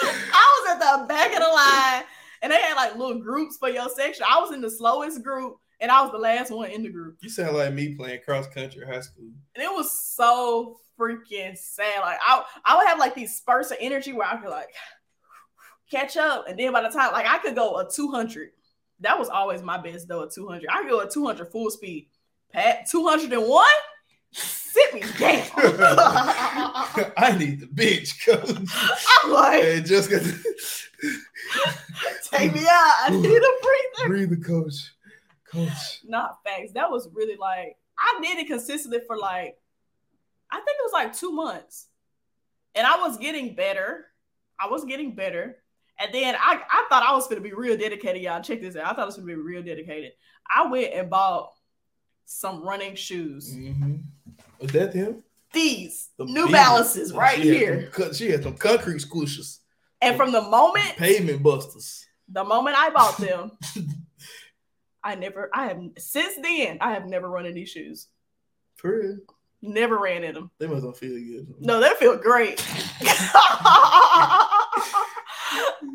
Speaker 1: I was at the back of the line, and they had like little groups for your section. I was in the slowest group, and I was the last one in the group.
Speaker 2: you sound like me playing cross country high school.
Speaker 1: and it was so freaking sad. Like I, I would have like these spurts of energy where I could like catch up, and then by the time like I could go a two hundred. That was always my best though, a two hundred. I could go a two hundred full speed. Pat two hundred and one, sit me down.
Speaker 2: I need the bench, coach.
Speaker 1: I'm like,
Speaker 2: And just got
Speaker 1: take me out. I need a breather.
Speaker 2: breathe, coach. Coach.
Speaker 1: Not facts. That was really like I did it consistently for like I think it was like two months. And I was getting better. I was getting better. And then I, I thought I was gonna be real dedicated, y'all. Check this out. I thought I was gonna be real dedicated. I went and bought some running shoes.
Speaker 2: Mm-hmm. Was that him?
Speaker 1: These
Speaker 2: The
Speaker 1: New
Speaker 2: big-
Speaker 1: Balances right
Speaker 2: she had
Speaker 1: here.
Speaker 2: them cut- she had some concrete squishes,
Speaker 1: And from the moment
Speaker 2: pavement busters.
Speaker 1: the moment I bought them, I never I have since then I have never run in these shoes.
Speaker 2: For real.
Speaker 1: Never ran in them.
Speaker 2: They must not feel good.
Speaker 1: No, that feel great.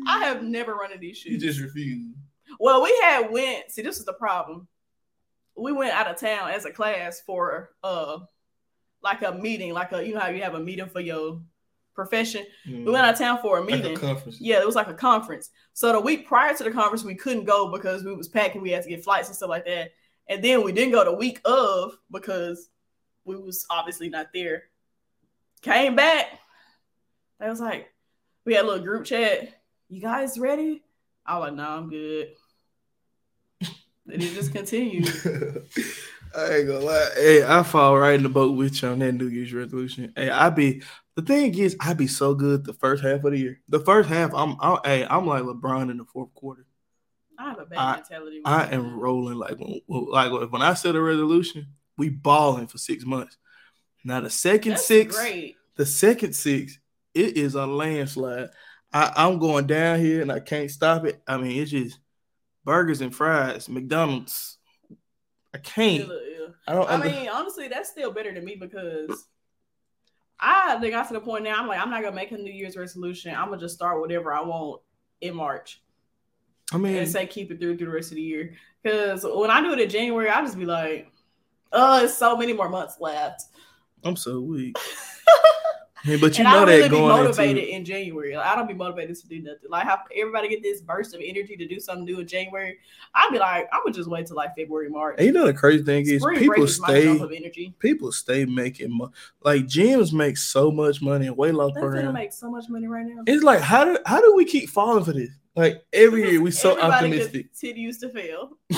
Speaker 1: I have never run in these
Speaker 2: You
Speaker 1: shoes.
Speaker 2: just refuse.
Speaker 1: well, we had went. See, this is the problem. We went out of town as a class for uh, like a meeting, like a you know how you have a meeting for your profession. We went out of town for a
Speaker 2: like
Speaker 1: meeting.
Speaker 2: a Mm. conference.
Speaker 1: Yeah, it was like a conference. So the week prior to the conference, we couldn't go because we was packing. We had to get flights and stuff like that. And then we didn't go the week of because we was obviously not there. Came back. They was like, we had a little group chat. You guys ready? I was like, no, I'm good. And it just continued.
Speaker 2: I ain't gonna lie. Hey, I fall right in the boat with you on that New Year's resolution. Hey, I be the thing is, I be so good the first half of the year. The first half, I'm, I'm hey, I'm like LeBron in the fourth quarter.
Speaker 1: I have a bad
Speaker 2: I-
Speaker 1: mentality. with
Speaker 2: I
Speaker 1: that.
Speaker 2: am rolling like when, like when I set a resolution, we balling for six months. Now the second
Speaker 1: That's
Speaker 2: six,
Speaker 1: Great.
Speaker 2: the second six, it is a landslide. I, I'm going down here and I can't stop it. I mean, it's just burgers and fries, McDonald's. I
Speaker 1: Yeah,
Speaker 2: can't.
Speaker 1: look, yeah.
Speaker 2: I don't.
Speaker 1: I
Speaker 2: under-
Speaker 1: mean, honestly, that's still better than me because I think I got to the point now. I'm like, I'm not gonna make a New Year's resolution. I'm gonna just start whatever I want in March
Speaker 2: I mean,
Speaker 1: and say keep it through through the rest of the year. Because when I do it in January, I just be uh, like, oh, it's so many more months left.
Speaker 2: I'm so weak. Hey, but you
Speaker 1: and I
Speaker 2: know
Speaker 1: don't
Speaker 2: that
Speaker 1: really be
Speaker 2: going
Speaker 1: motivated
Speaker 2: into
Speaker 1: in January. Like, I don't be motivated to do nothing. Like how everybody get this burst of energy to do something new in January. I'd be like, I would just wait till like February, March.
Speaker 2: and you know the crazy thing is
Speaker 1: Spring break
Speaker 2: people
Speaker 1: is my dump
Speaker 2: stay
Speaker 1: of energy.
Speaker 2: people stay making mo- like gyms make so much money and weight loss
Speaker 1: They're gonna
Speaker 2: programs.
Speaker 1: make so much money right now.
Speaker 2: It's like how do how do we keep falling for this? Like every year we so
Speaker 1: Everybody
Speaker 2: optimistic.
Speaker 1: Continues to fail.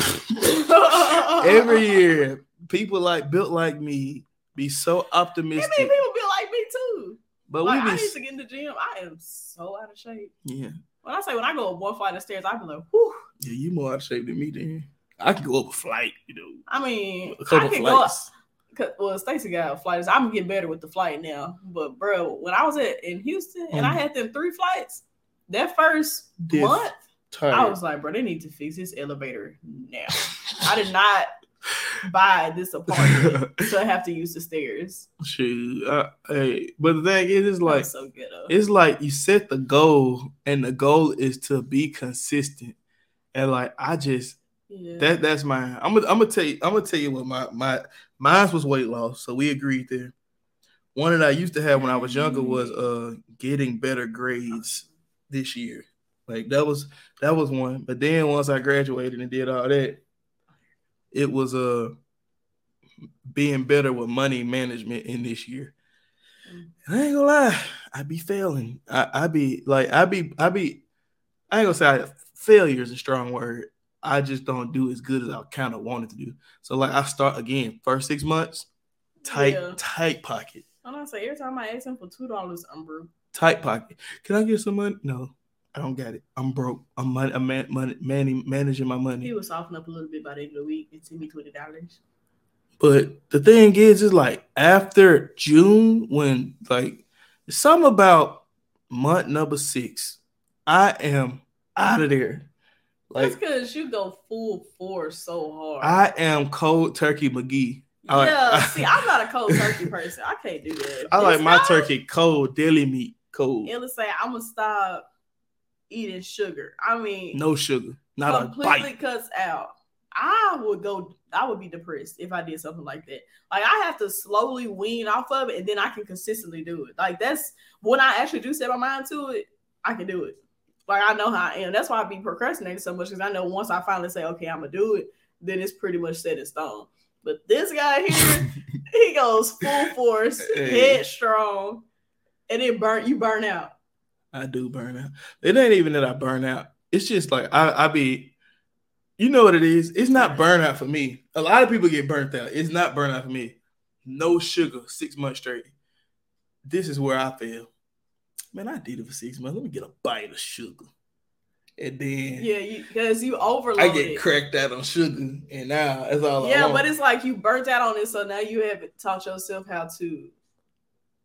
Speaker 2: every year people like built like me be so
Speaker 1: I mean,
Speaker 2: optimistic,
Speaker 1: people be like me too.
Speaker 2: but
Speaker 1: like,
Speaker 2: we
Speaker 1: I
Speaker 2: be
Speaker 1: used
Speaker 2: s-
Speaker 1: to get in the gym. I am so out of shape.
Speaker 2: yeah.
Speaker 1: When I say when I go up one flight of stairs, I be like, whew.
Speaker 2: Yeah, you more out of shape than me. Then I can go up a flight, you know,
Speaker 1: I mean,
Speaker 2: a
Speaker 1: I
Speaker 2: couple
Speaker 1: can go up.
Speaker 2: flights.
Speaker 1: 'cause- Well, Stacy got flights. I'm getting better with the flight now. But bro, when I was at in Houston and I
Speaker 2: Mhm.
Speaker 1: had them three flights, that first
Speaker 2: Diff.
Speaker 1: month,
Speaker 2: Tired.
Speaker 1: I was like, bro, they need to fix this elevator now. I did not buy this apartment to have to use the stairs.
Speaker 2: Shoot, I, hey, but the thing is, it's
Speaker 1: Like
Speaker 2: like
Speaker 1: so good.
Speaker 2: it's like you set the goal, and the goal is to be consistent. And like I just
Speaker 1: Yeah.
Speaker 2: that that's my I'm gonna I'm gonna tell you I'm gonna tell you what my my mine was weight loss, so we agreed there. One that I used to have when I was younger was uh getting better grades. this year. Like that was that was one. But then once I graduated and did all that, it was uh being better with money management in this year.
Speaker 1: Mm.
Speaker 2: And I ain't gonna lie, I be failing. I, I be like I be I be I ain't gonna say I, failure is a strong word. I just don't do as good as I kind of wanted to do. So like I start again first six months, tight
Speaker 1: Yeah.
Speaker 2: tight pocket,
Speaker 1: And I say every time I ask him for two dollars, um, I'm broke.
Speaker 2: tight pocket. Can I get some money? No, I don't got it. I'm broke. I'm money. I'm man, money, man, managing my money.
Speaker 1: He would soften up a little bit by the end of the week and send me twenty dollars.
Speaker 2: But the thing is, is like after June, when like some about month number six, I am out of there.
Speaker 1: That's
Speaker 2: Like
Speaker 1: because you go full force so hard.
Speaker 2: I am cold turkey McGee. I like-
Speaker 1: yeah, see, I'm not a cold turkey person. I can't do that.
Speaker 2: I like
Speaker 1: It's
Speaker 2: my
Speaker 1: not-
Speaker 2: turkey cold, deli meat cold,
Speaker 1: It'll say I'm gonna stop eating sugar. I mean,
Speaker 2: no sugar, not a
Speaker 1: completely
Speaker 2: bite.
Speaker 1: cuts out. I would go. I would be depressed if I did something like that. Like I have to slowly wean off of it, and then I can consistently do it. Like that's when I actually do set my mind to it, I can do it. Like I know how I am. That's why I be procrastinating so much because I know once I finally say, okay, I'm gonna do it, then it's pretty much set in stone. But this guy here, he goes full force,
Speaker 2: Hey.
Speaker 1: headstrong, and it burn you burn out.
Speaker 2: I do burn out. It ain't even that I burn out. It's just like I, I be, you know what it is. It's not burnout for me. A lot of people get burnt out. It's not burnout for me. No sugar, six months straight. This is where I fail. Man, I did it for six months. Let me get a bite of sugar, and then
Speaker 1: Yeah, because you, overload.
Speaker 2: I get
Speaker 1: it.
Speaker 2: cracked out on sugar, and now that's all. I
Speaker 1: Yeah,
Speaker 2: want.
Speaker 1: but it's like you burnt out on it, so now you have taught yourself how to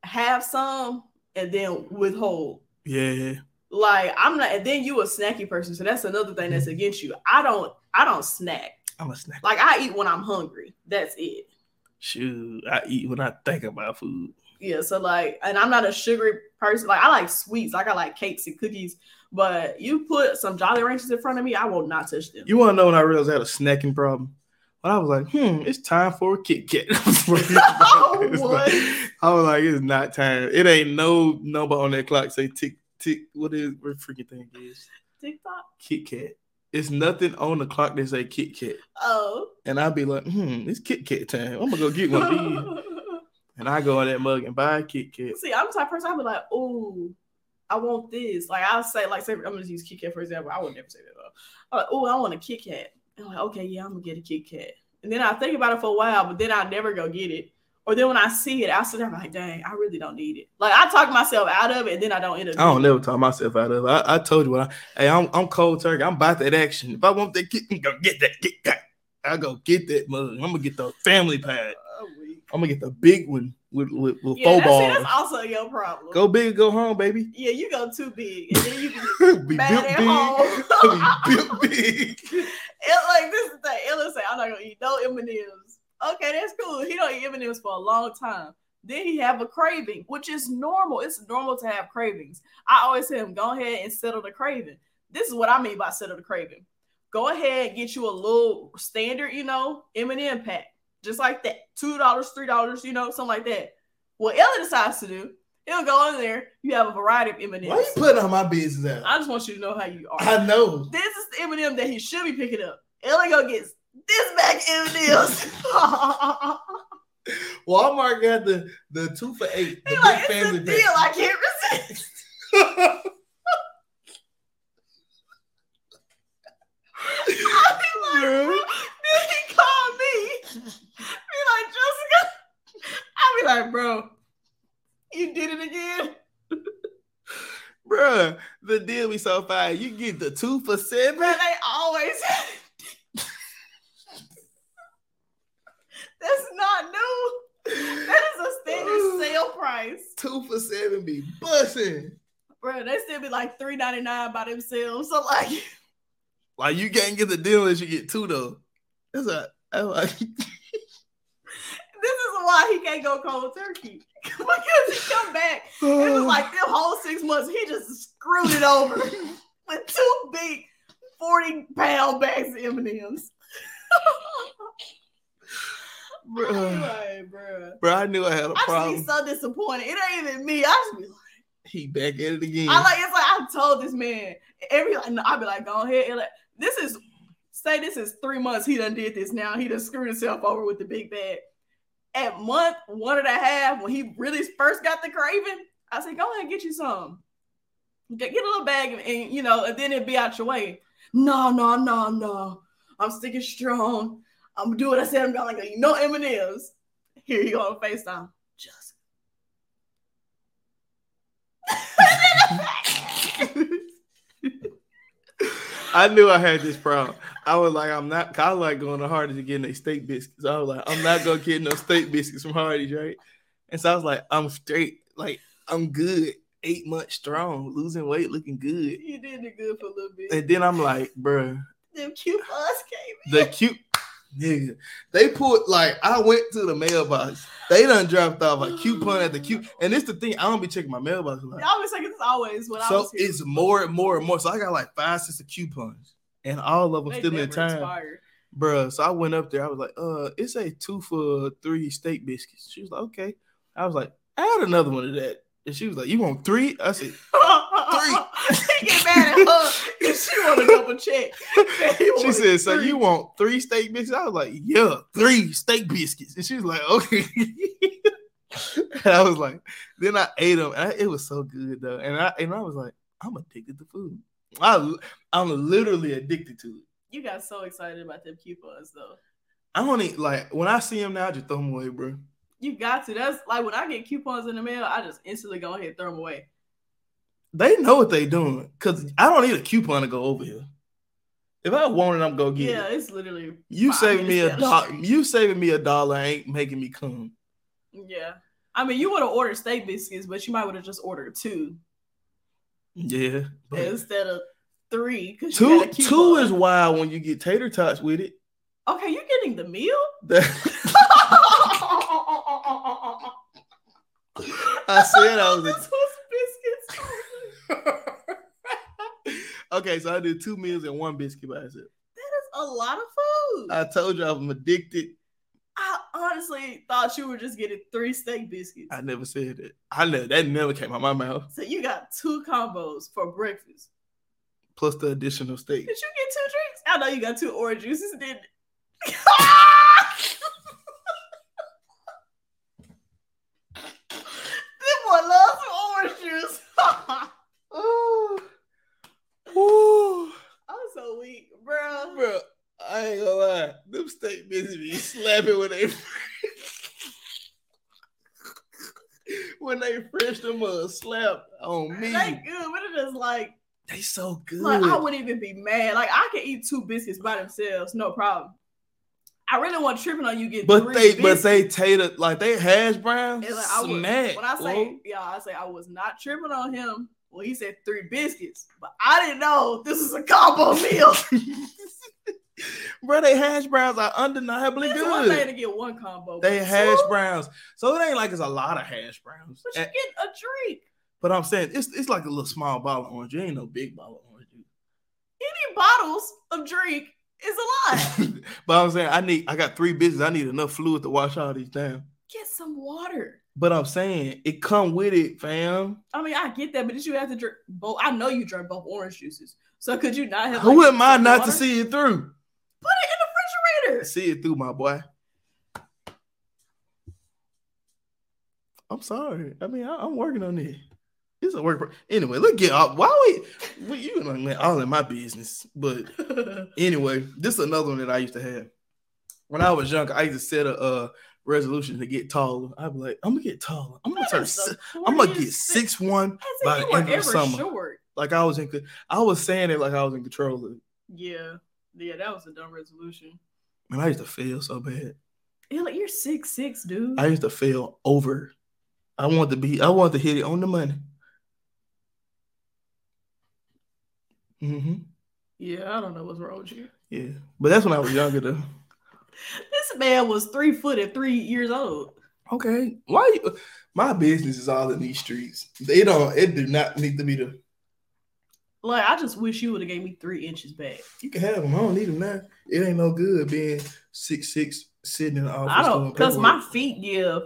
Speaker 1: have some and then withhold.
Speaker 2: yeah.
Speaker 1: Like I'm not, and then you a snacky person, so that's another thing that's against you. I don't, I don't snack.
Speaker 2: I'm a snack.
Speaker 1: Like I eat when I'm hungry. That's it.
Speaker 2: Shoot, I eat when I think about food.
Speaker 1: Yeah. So like, and I'm not a sugary person. Like I like sweets. Like I like cakes and cookies. But you put some Jolly Ranchers in front of me, I will not touch them.
Speaker 2: You want to know when I realized I had a snacking problem? When I was like, hmm, it's time for a Kit Kat. I was like, it's
Speaker 1: What?
Speaker 2: like- I was like, it's not time. It ain't no number on that clock say tick, tick. What is what freaking thing is
Speaker 1: TikTok.
Speaker 2: Kit Kat? It's nothing on the clock that say Kit Kat.
Speaker 1: Oh.
Speaker 2: And I'd be like, hmm, it's Kit Kat time. I'm going to go get one of these. And I go in that mug and buy a Kit Kat.
Speaker 1: See, I'm the type of person I'd be like, oh, I want this. Like I'll say, like, say, I'm gonna use Kit Kat for example. I would never say that though. I'm like, oh, I want a Kit Kat. And I'm like, okay, yeah, I'm gonna get a Kit Kat. And then I think about it for a while, but then I never go get it. Or then when I see it, I sit there I'm like, dang, I really don't need it. Like I talk myself out of it, and then I don't end up.
Speaker 2: I don't
Speaker 1: doing it.
Speaker 2: never talk myself out of it. I, I told you what I hey, I'm I'm cold turkey. I'm about that action. If I want that kit, I'm gonna get that Kit Kat. I go get that mug. I'm gonna get the family pad.
Speaker 1: I'm weak.
Speaker 2: I'm gonna get the big one with with, with four
Speaker 1: Yeah, that's, see, that's
Speaker 2: balls.
Speaker 1: also your problem.
Speaker 2: Go big, go home, baby.
Speaker 1: Yeah, you go too big, and then you be
Speaker 2: be
Speaker 1: mad at home.
Speaker 2: built big. Be built big.
Speaker 1: It like this is the Ella say, I'm not gonna eat no M and M's. Okay, that's cool. He don't eat M and M's for a long time. Then he have a craving, which is normal. It's normal to have cravings. I always tell him, go ahead and settle the craving. This is what I mean by settle the craving. Go ahead, and get you a little standard, you know, M and M pack, just like that, two dollars, three dollars, you know, something like that. What Ella decides to do It'll go in there. You have a variety of M&Ms.
Speaker 2: Why are you putting on my business out?
Speaker 1: I just want you to know how you are.
Speaker 2: I know.
Speaker 1: This is the M&M that he should be picking up. Eligo gets this bag of M&Ms.
Speaker 2: Walmart got the the two for eight. The
Speaker 1: He
Speaker 2: big
Speaker 1: like, it's a
Speaker 2: family
Speaker 1: deal
Speaker 2: pack.
Speaker 1: I can't resist. I be like,
Speaker 2: Yeah.
Speaker 1: bro, then he called me. Be like, Jessica. I be like, bro, you did it again.
Speaker 2: Bruh, the deal we so far, you get the two for
Speaker 1: Bro,
Speaker 2: seven.
Speaker 1: they always. That's not new. That is a standard sale price.
Speaker 2: Two for seven be bussin'.
Speaker 1: Bro, they still be like three ninety nine by themselves. So like,
Speaker 2: Like you can't get the deal unless you get two though. That's a that's a-
Speaker 1: this is why he can't go cold turkey. because he come back It was like them whole six months, he just screwed it over with two big 40 pound bags of M&Ms.
Speaker 2: Bruh.
Speaker 1: Like, bruh.
Speaker 2: Bro, I knew I had a
Speaker 1: I
Speaker 2: problem.
Speaker 1: just be so disappointed. It ain't even me. I just be like,
Speaker 2: he back at it again.
Speaker 1: I like it's like I told this man every like no, I be like, go ahead. And like, this is say this is three months he done did this now. He done screwed himself over with the big bag. At month one and a half, when he really first got the craving, I said, go ahead and get you some. Get, get a little bag and, and, you know, and then it'd be out your way. No, no, no, no. I'm sticking strong. I'm gonna do what I said I'm gonna like you know M&M's. Here you go on FaceTime. Just
Speaker 2: I knew I had this problem. I was like, I'm not. 'cause I like going to Hardee's and getting they steak biscuits. I was like, I'm not gonna get no steak biscuits from Hardee's, right? And so I was like, I'm straight. Like I'm good. Eight months strong, losing weight, looking good.
Speaker 1: you did it good for a little bit.
Speaker 2: And then I'm like, bruh,
Speaker 1: them cute bus came
Speaker 2: the cute nigga. They put like I went to the mailbox. They done dropped off a coupon at the cute. And it's the thing. I don't be checking my mailbox. a lot.
Speaker 1: I was like, it's always when I
Speaker 2: so
Speaker 1: was here.
Speaker 2: it's more and more and more. So I got like five, six coupons, and all of them
Speaker 1: They
Speaker 2: still in
Speaker 1: never
Speaker 2: time,
Speaker 1: expired.
Speaker 2: bruh. So I went up there. I was like, "Uh, it's a two for three steak biscuits." She was like, "Okay." I was like, "Add another one of that." And she was like, "You want three? I said,
Speaker 1: she get mad at her because she want to double check.
Speaker 2: she said, "So you want three steak biscuits?" I was like, "Yeah, three steak biscuits." And she was like, "Okay." and I was like, then I ate them. And I- it was so good though, and I and I was like, "I'm addicted to food. I I'm literally addicted to it."
Speaker 1: You got so excited about them coupons though.
Speaker 2: I don't even like when I see them now. I just throw them away, bro.
Speaker 1: You got to. That's like when I get coupons in the mail, I just instantly go ahead and throw them away.
Speaker 2: They know what they doing because I don't need a coupon to go over here. If I want it, I'm gonna get
Speaker 1: Yeah,
Speaker 2: it.
Speaker 1: it's literally.
Speaker 2: You
Speaker 1: five
Speaker 2: saving me a
Speaker 1: minutes down the
Speaker 2: dollar.
Speaker 1: street.
Speaker 2: You saving me a dollar ain't making me come.
Speaker 1: Yeah, I mean, you would have ordered steak biscuits, but you might would have just ordered two
Speaker 2: Yeah, but-
Speaker 1: instead of three because
Speaker 2: Two two is wild when you get tater tots with it.
Speaker 1: okay. You getting the meal?
Speaker 2: That-
Speaker 1: Oh, I
Speaker 2: I said I was
Speaker 1: this was biscuits.
Speaker 2: okay, so I did two meals and one biscuit by itself.
Speaker 1: That's a lot of food. I,
Speaker 2: I told you I'm addicted.
Speaker 1: honestly thought you were just getting three steak biscuits.
Speaker 2: I never said that. I know that never came out my mouth.
Speaker 1: so you got two combos for breakfast.
Speaker 2: Plus the additional steak.
Speaker 1: Did you get two drinks? I know you got two orange juices, didn't you? this boy loves some orange juice. I'm
Speaker 2: Oh, Woo.
Speaker 1: so weak, bro.
Speaker 2: bro. I ain't gonna lie. Them steak biscuits be slapping when they when they fresh them up. Slap on me.
Speaker 1: They good, but it is like
Speaker 2: They so good.
Speaker 1: Like I wouldn't even be mad. Like I could eat two biscuits by themselves, no problem. I really want tripping on you get
Speaker 2: But
Speaker 1: three
Speaker 2: they but
Speaker 1: biscuits.
Speaker 2: they tater like they hash browns.
Speaker 1: And, like, I was,
Speaker 2: smack,
Speaker 1: when I
Speaker 2: bro.
Speaker 1: say yeah, I say I was not tripping on him. Well, he said three biscuits, but I didn't know this is a combo meal.
Speaker 2: bro, they hash browns are undeniably
Speaker 1: It's one thing
Speaker 2: good.
Speaker 1: to get one combo.
Speaker 2: They
Speaker 1: but
Speaker 2: hash
Speaker 1: two?
Speaker 2: browns, so it ain't like it's a lot of hash browns.
Speaker 1: But you
Speaker 2: And-
Speaker 1: get a drink.
Speaker 2: but I'm saying it's it's like a little small bottle of orange. It ain't no big bottle of orange.
Speaker 1: Any bottles of drink is a lot.
Speaker 2: juice. but I'm saying I need I got three business. I need enough fluid to wash all these down.
Speaker 1: Get some water.
Speaker 2: But I'm saying it come with it, fam.
Speaker 1: I mean, I get that, but did you have to drink both? I know you drank both orange juices. So could you not have?
Speaker 2: Who
Speaker 1: like,
Speaker 2: am I
Speaker 1: some
Speaker 2: not
Speaker 1: water?
Speaker 2: to see it through?
Speaker 1: Put it in the refrigerator.
Speaker 2: See it through, my boy. I'm sorry. I mean, I, I'm working on it. It's a work. Pro- anyway, look get off. Why we? we you and man, all in my business. But anyway, this is another one that I used to have. When I was younger, I used to set a uh, resolution to get taller. I'd be like, I'm gonna get taller. I'm gonna turn. Si- I'm gonna get six one. by the end
Speaker 1: I said you were
Speaker 2: of the
Speaker 1: ever
Speaker 2: summer.
Speaker 1: short.
Speaker 2: Like I was in. co- I was saying it like I was in control of it,
Speaker 1: Yeah, yeah, that was a dumb resolution.
Speaker 2: man. I used to fail so bad.
Speaker 1: Yeah, like you're six six, dude.
Speaker 2: I used to fail over. I want to be. I want to hit it on the money. hmm
Speaker 1: yeah, I don't know what's wrong with you.
Speaker 2: Yeah, but that's when I was younger though.
Speaker 1: This man was three foot at three years old.
Speaker 2: Okay, why? You, my business is all in these streets. They don't. It do not need to be the.
Speaker 1: Like I just wish you would have gave me three inches back.
Speaker 2: You can have them. I don't need them now. It ain't no good being six six sitting in the office.
Speaker 1: I don't
Speaker 2: doing
Speaker 1: because my
Speaker 2: paperwork.
Speaker 1: feet give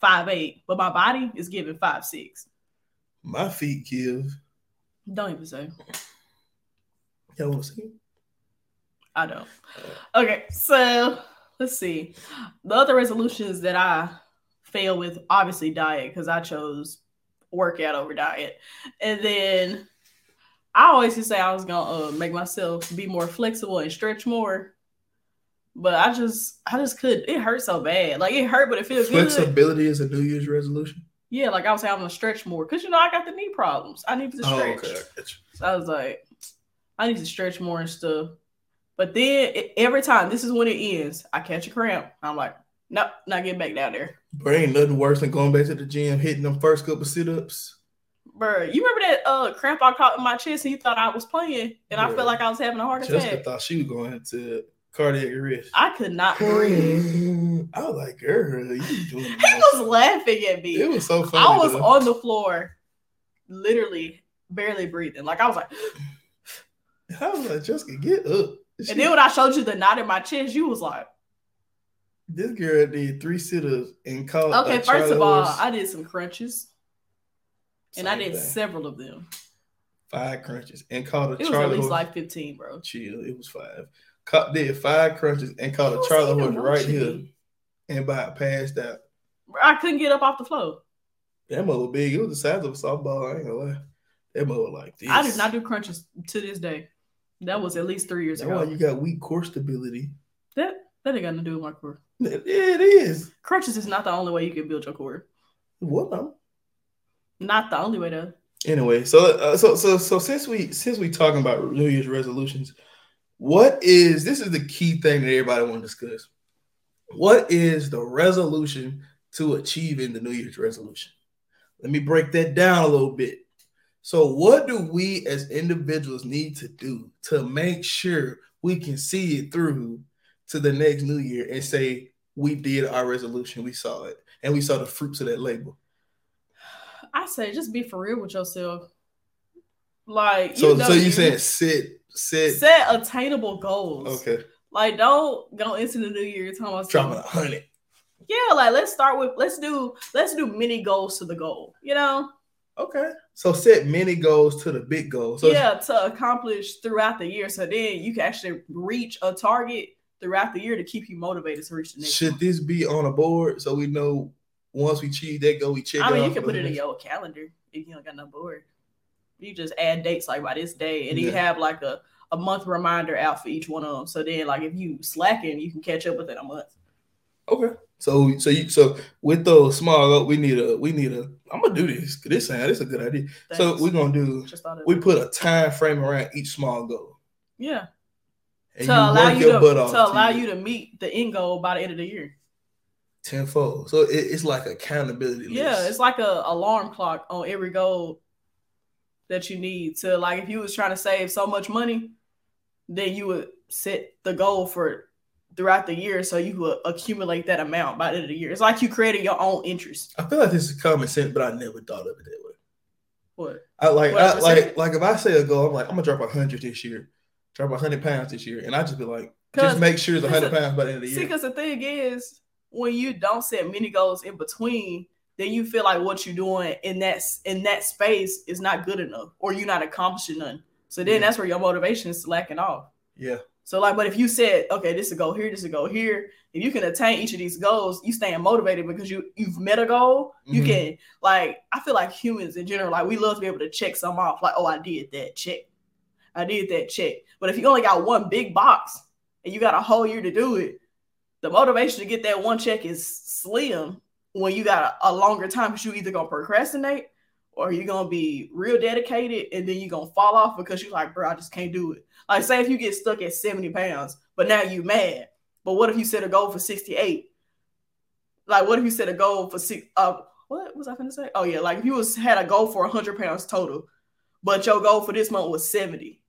Speaker 1: five eight, but my body is giving five six.
Speaker 2: my feet give.
Speaker 1: Don't even say.
Speaker 2: Y'all want to see?
Speaker 1: I don't. Okay, so let's see. The other resolutions that I fail with, obviously diet, because I chose workout over diet. And then I always used to say I was gonna uh, make myself be more flexible and stretch more. But I just I just couldn't. It hurt so bad. Like it hurt, but it feels good.
Speaker 2: Flexibility is a New Year's resolution.
Speaker 1: Yeah, like I was saying, I'm gonna stretch more because you know I got the knee problems. I need to
Speaker 2: Oh,
Speaker 1: stretch.
Speaker 2: Gotcha.
Speaker 1: So I was like, I need to stretch more and stuff. But then it, every time, this is when it ends. I catch a cramp. I'm like, nope, not getting back down there.
Speaker 2: But ain't nothing worse than going back to the gym, hitting them first couple sit ups.
Speaker 1: Bruh, you remember that uh cramp I caught in my chest and you thought I was playing and I
Speaker 2: Bruh.
Speaker 1: felt like I was having a heart
Speaker 2: Jessica
Speaker 1: attack?
Speaker 2: thought she was going to cardiac arrest.
Speaker 1: I could not breathe.
Speaker 2: I was like, girl, you doing the
Speaker 1: He
Speaker 2: most."
Speaker 1: was laughing at
Speaker 2: It
Speaker 1: me.
Speaker 2: was so funny.
Speaker 1: I was
Speaker 2: though.
Speaker 1: on the floor, literally barely breathing. Like I was like,
Speaker 2: I was like, Jessica, get up. She-
Speaker 1: and then when I showed you the knot in my chest, you was like,
Speaker 2: this girl did three sit ups and called.
Speaker 1: okay,
Speaker 2: a
Speaker 1: first of
Speaker 2: Charlie
Speaker 1: all,
Speaker 2: horse.
Speaker 1: I did some crunches and I
Speaker 2: Same
Speaker 1: did
Speaker 2: thing.
Speaker 1: several of them.
Speaker 2: five crunches and called a
Speaker 1: It was
Speaker 2: Charlie
Speaker 1: at least
Speaker 2: horse.
Speaker 1: like 15, bro.
Speaker 2: Chill, it was five. Ca- did five crunches and called
Speaker 1: It
Speaker 2: a
Speaker 1: was
Speaker 2: Uh, Charlie
Speaker 1: even
Speaker 2: horse right
Speaker 1: watching
Speaker 2: here
Speaker 1: me.
Speaker 2: and by passed out.
Speaker 1: Bro, I couldn't get up off the floor.
Speaker 2: That mother big. It was the size of a softball. I ain't gonna lie. That mother like this.
Speaker 1: I did not do crunches to this day. That was at least three years
Speaker 2: That's
Speaker 1: ago.
Speaker 2: why you got weak core stability.
Speaker 1: that that ain't got nothing to do with my core.
Speaker 2: Yeah, it is.
Speaker 1: Crunches is not the only way you can build your core.
Speaker 2: What? now?
Speaker 1: Not the only way though.
Speaker 2: Anyway, so uh, so so so since we since we talking about New Year's resolutions, what is this is the key thing that everybody want to discuss? What is the resolution to achieving the New Year's resolution? Let me break that down a little bit. So, what do we as individuals need to do to make sure we can see it through to the next New Year and say we did our resolution, we saw it, and we saw the fruits of that labor?
Speaker 1: I say just be for real with yourself. Like
Speaker 2: So,
Speaker 1: know
Speaker 2: so you saying sit, sit,
Speaker 1: set attainable goals.
Speaker 2: okay.
Speaker 1: Like don't go into the new year talking about
Speaker 2: dropping a
Speaker 1: stuff.
Speaker 2: hundred.
Speaker 1: Yeah, like let's start with let's do let's do mini goals to the goal. You know?
Speaker 2: Okay. So set many goals to the big goals. So
Speaker 1: yeah, to accomplish throughout the year. So then you can actually reach a target throughout the year to keep you motivated to reach the next.
Speaker 2: should
Speaker 1: one.
Speaker 2: this be on a board so we know once we achieve that goal, we check?
Speaker 1: I mean,
Speaker 2: off
Speaker 1: you can
Speaker 2: for
Speaker 1: put
Speaker 2: the
Speaker 1: it in
Speaker 2: next-
Speaker 1: your calendar if you don't got no board. You just add dates like by this day, and then you
Speaker 2: Yeah.
Speaker 1: have like a a month reminder out for each one of them. So then, like if you slacking, you can catch up within a month.
Speaker 2: Okay. So so you so with those small goals, we need a we need a. I'm gonna do this. 'cause This sound this a good idea. So
Speaker 1: Thanks.
Speaker 2: we're gonna do.
Speaker 1: just thought of
Speaker 2: We
Speaker 1: it.
Speaker 2: put a time frame around each small goal,
Speaker 1: yeah
Speaker 2: and
Speaker 1: to
Speaker 2: you
Speaker 1: allow
Speaker 2: work
Speaker 1: you
Speaker 2: your
Speaker 1: to,
Speaker 2: butt off
Speaker 1: to allow you to meet the end goal by the end of the year.
Speaker 2: tenfold. So it, it's like accountability.
Speaker 1: Yeah,
Speaker 2: list.
Speaker 1: it's like a alarm clock on every goal that you need to like if you was trying to save so much money, then you would set the goal for throughout the year so you would accumulate that amount by the end of the year. It's like you created your own interest.
Speaker 2: I feel like this is common sense, but I never thought of it that way.
Speaker 1: What?
Speaker 2: I like I,
Speaker 1: Whatever,
Speaker 2: like
Speaker 1: say-
Speaker 2: like if I say a goal, I'm like I'm gonna drop hundred this year, drop hundred pounds this year, and I just be like, just
Speaker 1: Cause-
Speaker 2: make sure it's
Speaker 1: cause
Speaker 2: hundred pounds by the end of the
Speaker 1: See,
Speaker 2: year.
Speaker 1: because the thing is, when you don't set many goals in between, then you feel like what you're doing in that in that space is not good enough, or you're not accomplishing nothing. So then
Speaker 2: Yeah.
Speaker 1: that's where your motivation is lacking off.
Speaker 2: Yeah.
Speaker 1: So like, but if you said, okay, this is go here, this is go here, if you can attain each of these goals, you staying motivated because you you've met a goal. You
Speaker 2: Mhm.
Speaker 1: can like, I feel like humans in general, like we love to be able to check some off. Like, oh, I did that check, I did that check. But if you only got one big box and you got a whole year to do it, the motivation to get that one check is slim when you got a, a longer time because you either gonna procrastinate or you're gonna be real dedicated and then you're gonna fall off because you're like, bro, I just can't do it. Like say if you get stuck at 70 pounds, but now you mad. But what if you set a goal for 68? Like what if you set a goal for six uh what was I gonna say? Oh yeah, like if you was had a goal for 100 pounds total, but your goal for this month was 70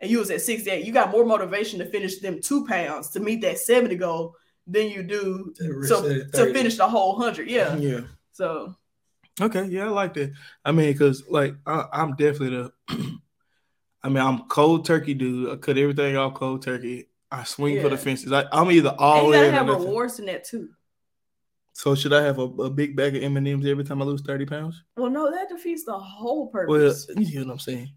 Speaker 1: and you was at 68, you got more motivation to finish them two pounds to meet that 70 goal than you do so to finish the whole hundred. Yeah.
Speaker 2: Yeah.
Speaker 1: So
Speaker 2: Okay, yeah, I like that. I mean, because like I, I'm definitely the, I mean, I'm cold turkey dude. I cut everything off cold turkey. I swing for the
Speaker 1: Yeah.
Speaker 2: fences. I, I'm either all
Speaker 1: and you
Speaker 2: in. or
Speaker 1: gotta have
Speaker 2: nothing.
Speaker 1: rewards in that too.
Speaker 2: So should I have a, a big bag of M and M's every time I lose thirty pounds?
Speaker 1: Well, no, that defeats the whole
Speaker 2: Well,
Speaker 1: purpose.
Speaker 2: you hear what I'm saying.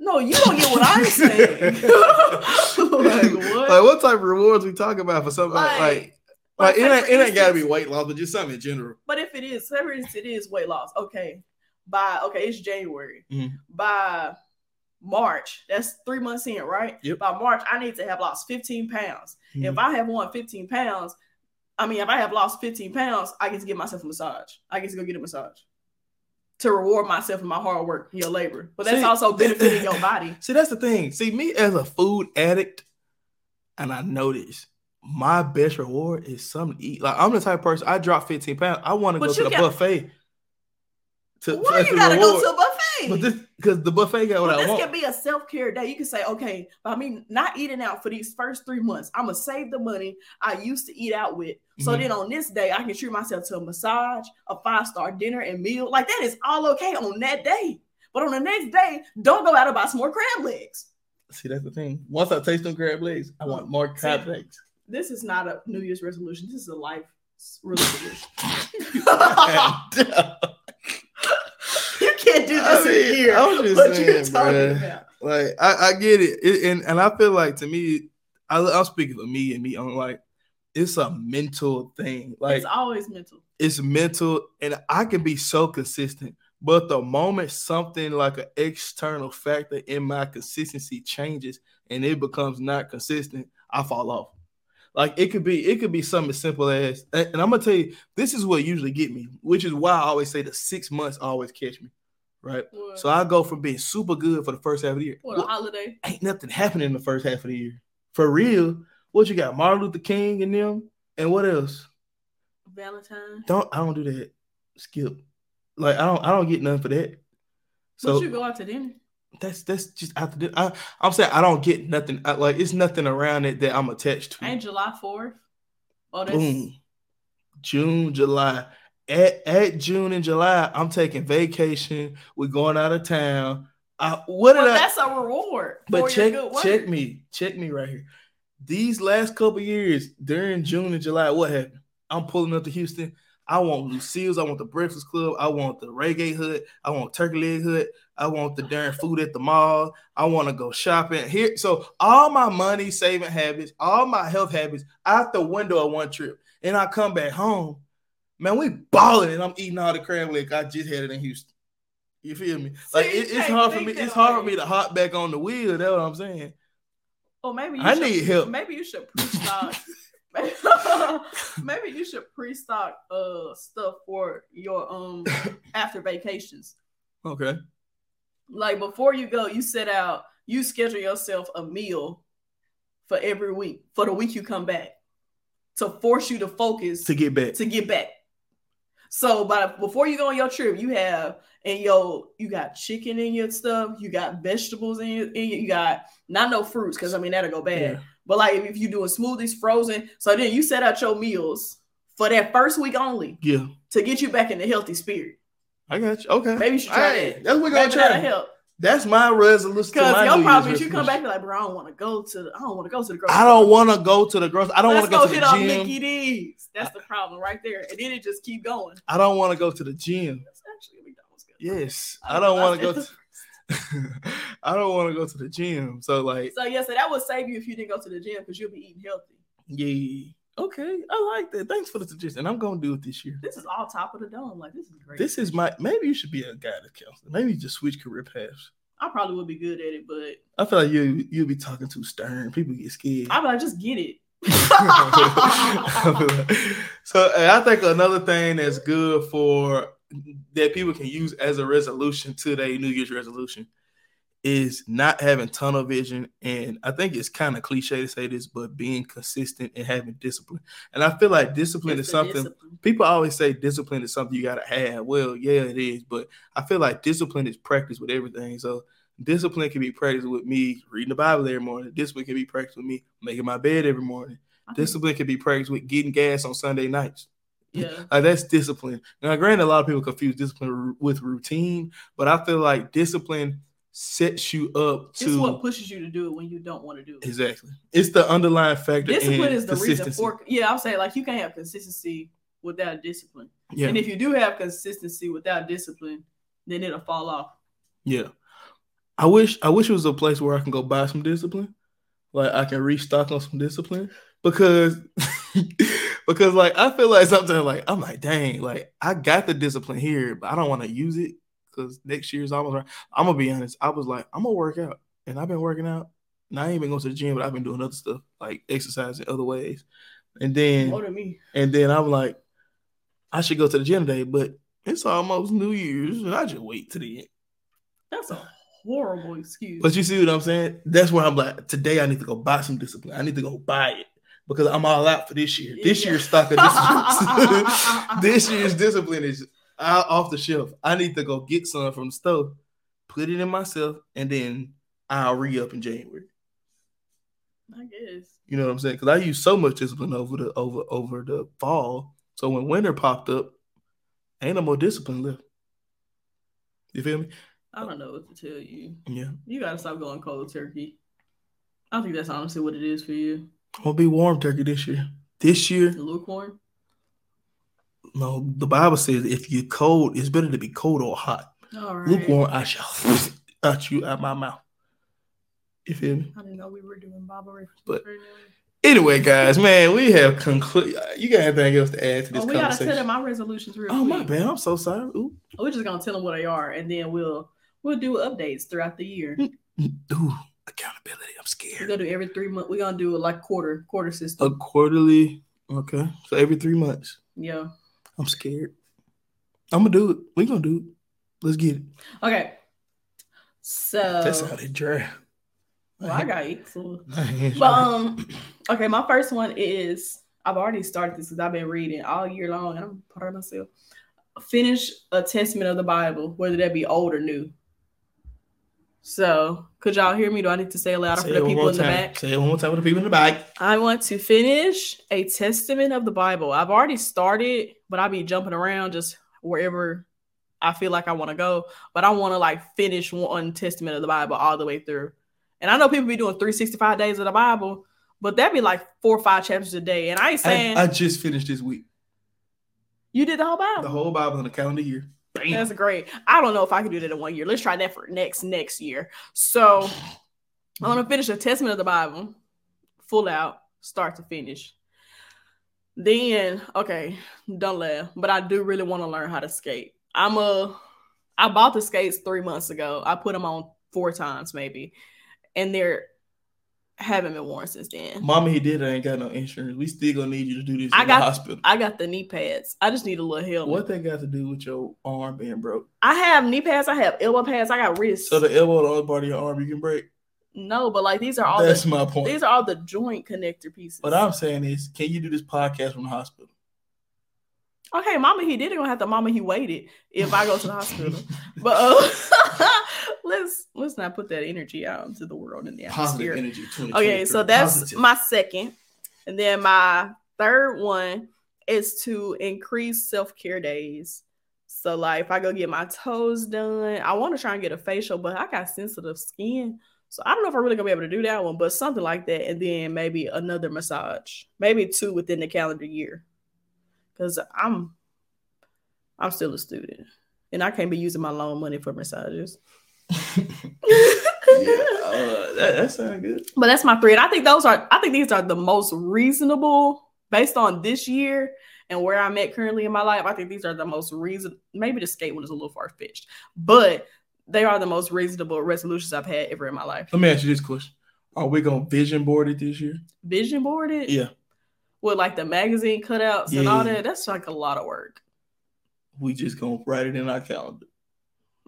Speaker 1: no, you don't get what I'm saying. like what?
Speaker 2: Like, what type of rewards we talking about for something like like,
Speaker 1: Like-
Speaker 2: like, it,
Speaker 1: like,
Speaker 2: ain't,
Speaker 1: for
Speaker 2: it ain't gotta be
Speaker 1: instance-
Speaker 2: weight loss, but just something in general.
Speaker 1: But if it is, whatever it is, it is weight loss. Okay. By okay, it's January.
Speaker 2: Mhm.
Speaker 1: By March, that's three months in, right?
Speaker 2: Yep.
Speaker 1: By March, I need to have lost 15 pounds. If
Speaker 2: Mhm.
Speaker 1: I have won 15 pounds, I mean, if I have lost 15 pounds, I get to give myself a massage. I get to go get a massage to reward myself for my hard work, your labor. But that's
Speaker 2: See-
Speaker 1: also benefiting your body.
Speaker 2: See, that's the thing. See, me as a food addict, and I notice my best reward is something to eat. Like I'm the type of person I drop 15 pounds. I want to
Speaker 1: But
Speaker 2: go to
Speaker 1: you
Speaker 2: the
Speaker 1: got-
Speaker 2: buffet. To,
Speaker 1: Why
Speaker 2: as
Speaker 1: you
Speaker 2: a
Speaker 1: gotta
Speaker 2: reward.
Speaker 1: go to a
Speaker 2: But
Speaker 1: buffet?
Speaker 2: this because the buffet got what
Speaker 1: But
Speaker 2: I
Speaker 1: this
Speaker 2: want.
Speaker 1: can be a self care day. You can say, okay, by me not eating out for these first three months, I'm gonna save the money I used to eat out with. So
Speaker 2: Mhm.
Speaker 1: then on this day, I can treat myself to a massage, a five star dinner, and meal. Like that is all okay on that day. But on the next day, don't go out and buy some more crab legs.
Speaker 2: See, that's the thing. Once I taste them crab legs, I want more crab
Speaker 1: See-
Speaker 2: legs.
Speaker 1: This is not a New Year's resolution. This is a life resolution. you can't do this
Speaker 2: I mean,
Speaker 1: in here.
Speaker 2: I was just
Speaker 1: what
Speaker 2: saying,
Speaker 1: you're talking
Speaker 2: bruh.
Speaker 1: about.
Speaker 2: like I, I get it. It- and and I feel like to me, I, I'm speaking for me and me. I'm like, it's a mental thing. Like
Speaker 1: it's always mental.
Speaker 2: it's mental and I can be so consistent. But the moment something like an external factor in my consistency changes and it becomes not consistent, I fall off. Like it could be, it could be something as simple as, and and I'm gonna tell you, this is what usually get me, which is why I always say the six months always catch me, right?
Speaker 1: What,
Speaker 2: So I go from being super good for the first half of the year.
Speaker 1: what a
Speaker 2: Well,
Speaker 1: holiday.
Speaker 2: ain't nothing happening in the first half of the year. For real, what you got? Martin Luther King and them, and what else?
Speaker 1: Valentine.
Speaker 2: don't I don't do that. Skip. Like I don't I don't get none for that. So
Speaker 1: but you go out to dinner.
Speaker 2: that's that's just after this. I I'm saying I don't get nothing. I, like it's nothing around it that I'm attached to.
Speaker 1: Ain't July 4th? Oh, that's
Speaker 2: Mm. Boom. June, July. At, at June and July, I'm taking vacation. We're going out of town. I, what did
Speaker 1: well,
Speaker 2: I?
Speaker 1: that's a reward.
Speaker 2: But
Speaker 1: for
Speaker 2: check
Speaker 1: your good work.
Speaker 2: check me check me right here. These last couple years during June and July, what happened? I'm pulling up to Houston. I want Lucille's. I want the Breakfast Club. I want the Reggae Hood. I want Turkey Leg Hood. I want the darn food at the mall. I want to go shopping here. So all my money saving habits, all my health habits, out the window on one trip, and I come back home. Man, we balling, and I'm eating all the crab leg I just had it in Houston. You feel me?
Speaker 1: See,
Speaker 2: Like
Speaker 1: you
Speaker 2: it, it's
Speaker 1: can't
Speaker 2: hard for
Speaker 1: think
Speaker 2: me.
Speaker 1: that
Speaker 2: It's hard for
Speaker 1: way.
Speaker 2: me to hop back on the wheel. That's what I'm saying.
Speaker 1: Or Oh, maybe you
Speaker 2: I
Speaker 1: should,
Speaker 2: need help.
Speaker 1: Maybe you should pre-stock. maybe you should pre-stock uh stuff for your um after vacations.
Speaker 2: Okay.
Speaker 1: Like before you go, you set out. You schedule yourself a meal for every week for the week you come back to force you to focus
Speaker 2: To get back.
Speaker 1: to get back. So, but before you go on your trip, you have and yo, you got chicken in your stuff, you got vegetables in your, in your you got not no fruits because I mean that'll go bad.
Speaker 2: Yeah.
Speaker 1: But like if you doing smoothies, frozen, so then you set out your meals for that first week only
Speaker 2: Yeah.
Speaker 1: to get you back in the healthy spirit.
Speaker 2: I got you. Okay.
Speaker 1: Maybe you should try
Speaker 2: Hey,
Speaker 1: that.
Speaker 2: that's what we're gonna
Speaker 1: Maybe
Speaker 2: try.
Speaker 1: that'll help.
Speaker 2: That's my resolution. to my
Speaker 1: Because your
Speaker 2: New
Speaker 1: problem
Speaker 2: Year's
Speaker 1: is you come back
Speaker 2: resolution.
Speaker 1: and like, bro, I don't want to go to the, I don't want to go to the grocery.
Speaker 2: I don't
Speaker 1: store.
Speaker 2: want to go to the grocery. I don't want to go
Speaker 1: Let's go
Speaker 2: to
Speaker 1: hit
Speaker 2: the
Speaker 1: up
Speaker 2: gym.
Speaker 1: Mickey D's. That's the problem right there. And then it just keep going.
Speaker 2: I don't want to go to the gym.
Speaker 1: That's actually McDonald's good.
Speaker 2: Yes,
Speaker 1: I
Speaker 2: I don't
Speaker 1: know, I
Speaker 2: want to go.
Speaker 1: said-
Speaker 2: to I don't want to go to the gym. So like,
Speaker 1: So yeah, so that would save you if you didn't go to the gym because you'll be eating healthy.
Speaker 2: yeah, okay, I like that. Thanks for the suggestion. I'm gonna do it this year.
Speaker 1: This is all top of the dome. Like this is great.
Speaker 2: This is my. Maybe you should be a guidance counselor. Maybe you just switch career paths.
Speaker 1: I probably would be good at it, but
Speaker 2: I feel like you you'll be talking too stern. People get scared.
Speaker 1: I'm like, just get it.
Speaker 2: so and I think another thing that's good for that people can use as a resolution to their New Year's resolution is not having tunnel vision. And I think it's kind of cliche to say this, but being consistent and having discipline. And I feel like discipline
Speaker 1: It's
Speaker 2: is
Speaker 1: the
Speaker 2: something
Speaker 1: discipline.
Speaker 2: people always say discipline is something you gotta have. Well, yeah, it is, but I feel like discipline is practice with everything. So discipline can be practiced with me reading the Bible every morning. Discipline can be practiced with me making my bed every morning.
Speaker 1: I think-
Speaker 2: Discipline can be practiced with getting gas on Sunday nights.
Speaker 1: Yeah.
Speaker 2: Like that's discipline. Now, granted, a lot of people confuse discipline ru- with routine, but I feel like discipline sets you up
Speaker 1: It's what
Speaker 2: to
Speaker 1: pushes you to do it when you don't want to do it.
Speaker 2: exactly. It's the underlying factor.
Speaker 1: Discipline
Speaker 2: in
Speaker 1: is the reason
Speaker 2: consistency.
Speaker 1: for yeah, I'm saying like you can't have consistency without discipline.
Speaker 2: yeah.
Speaker 1: And if you do have consistency without discipline, then it'll fall off.
Speaker 2: Yeah. I wish I wish it was a place where I can go buy some discipline. Like I can restock on some discipline. Because because like I feel like sometimes like I'm like, dang, like I got the discipline here, but I don't want to use it because next year's almost right. I'm gonna be honest. I was like, I'm gonna work out. And I've been working out. And I ain't been going to the gym, but I've been doing other stuff, like exercise in other ways. And then
Speaker 1: More than me.
Speaker 2: and then I'm like, I should go to the gym today, but it's almost New Year's, and I just wait to the end.
Speaker 1: That's a horrible excuse.
Speaker 2: But you see what I'm saying? That's where I'm like, today I need to go buy some discipline. I need to go buy it because I'm all out for this year. This
Speaker 1: Yeah.
Speaker 2: year's stock of discipline. this year's discipline is out off the shelf. I need to go get some from the store, put it in myself, and then I'll re up in January.
Speaker 1: I guess.
Speaker 2: You know what I'm saying? Because I used so much discipline over the over over the fall. So when winter popped up, ain't no more discipline left. You feel me?
Speaker 1: I don't know what to tell you.
Speaker 2: Yeah.
Speaker 1: You gotta stop going cold turkey. I think that's honestly what it is for you.
Speaker 2: I'm gonna be warm turkey this year. This year,
Speaker 1: Lukewarm.
Speaker 2: No, the Bible says if you're cold, it's better to be cold or hot.
Speaker 1: All right.
Speaker 2: Lukewarm, I shall out you out my mouth. You feel me?
Speaker 1: I didn't know we were doing Bible references
Speaker 2: But-
Speaker 1: right now.
Speaker 2: Anyway, guys, man, we have concluded. You got anything else to add to this
Speaker 1: Oh, we gotta
Speaker 2: conversation?
Speaker 1: tell them our resolutions real
Speaker 2: oh my
Speaker 1: quick.
Speaker 2: bad, I'm so sorry. Ooh,
Speaker 1: We're just gonna tell them what they are, and then we'll we'll do updates throughout the year.
Speaker 2: ooh, accountability. I'm
Speaker 1: We're
Speaker 2: scared.
Speaker 1: gonna do every three months. We're gonna do it like quarter quarter system.
Speaker 2: A quarterly. Okay, so every three months.
Speaker 1: Yeah.
Speaker 2: I'm scared. I'm gonna do it. We gonna do it. Let's get it.
Speaker 1: Okay. So
Speaker 2: That's how they dry.
Speaker 1: well, I got it. So.
Speaker 2: My hands
Speaker 1: But
Speaker 2: dry.
Speaker 1: um, okay, my first one is I've already started this because I've been reading all year long, and I'm proud of myself. Finish a testament of the Bible, whether that be old or new. So, could y'all hear me? Do I need to say it louder
Speaker 2: Say
Speaker 1: for
Speaker 2: it
Speaker 1: the
Speaker 2: one
Speaker 1: people
Speaker 2: more
Speaker 1: in the
Speaker 2: time.
Speaker 1: back?
Speaker 2: Say it one more time for the people in the back.
Speaker 1: I want to finish a testament of the Bible. I've already started, but I'll be jumping around just wherever I feel like I want to go. But I want to like finish one testament of the Bible all the way through. And I know people be doing 365 days of the Bible, but that'd be like four or five chapters a day. And I ain't saying
Speaker 2: I, I just finished this week.
Speaker 1: you did the whole Bible.
Speaker 2: The whole Bible in the calendar year. Bam.
Speaker 1: That's great. I don't know if I can do that in one year. Let's try that for next next year. So I want to finish a testament of the Bible, full out, start to finish. Then okay, don't laugh, but I do really want to learn how to skate. I'm a, I bought the skates three months ago. I put them on four times maybe, and they're haven't been worn since then.
Speaker 2: Mama, he did. I ain't got no insurance. We still gonna need you to do this
Speaker 1: I
Speaker 2: in
Speaker 1: got-
Speaker 2: the hospital.
Speaker 1: I got the knee pads. I just need a little help.
Speaker 2: what they got to do with your arm being broke?
Speaker 1: I have knee pads. I have elbow pads. I got wrists.
Speaker 2: So the elbow, the other part of your arm, you can break.
Speaker 1: no, but like these are all
Speaker 2: That's
Speaker 1: the
Speaker 2: my point.
Speaker 1: These are all the joint connector pieces.
Speaker 2: what I'm saying is, can you do this podcast from the hospital?
Speaker 1: okay, Oh, mama, he did it. Gonna have to mama, he waited. If I go to the hospital, but uh, let's let's not put that energy out into the world and the
Speaker 2: positive
Speaker 1: atmosphere.
Speaker 2: energy. 2023.
Speaker 1: Okay, so that's
Speaker 2: Positive.
Speaker 1: my second, and then my third one is to increase self care days So like if I go get my toes done, I want to try and get a facial, but I got sensitive skin. So I don't know if I'm really gonna be able to do that one, but something like that, and then maybe another massage, maybe two within the calendar year, because I'm I'm still a student, and I can't be using my loan money for massages.
Speaker 2: yeah, uh, that, that sounds good.
Speaker 1: But that's my three, and I think those are I think these are the most reasonable based on this year and where I'm at currently in my life. I think these are the most reason. Maybe the skate one is a little far fetched, but they are the most reasonable resolutions I've had ever in my life.
Speaker 2: Let me ask you this question: Are we gonna vision board it this year?
Speaker 1: Vision boarded
Speaker 2: Yeah,
Speaker 1: with like the magazine cutouts and
Speaker 2: Yeah.
Speaker 1: all that. That's like a lot of work.
Speaker 2: we just gonna write it in our calendar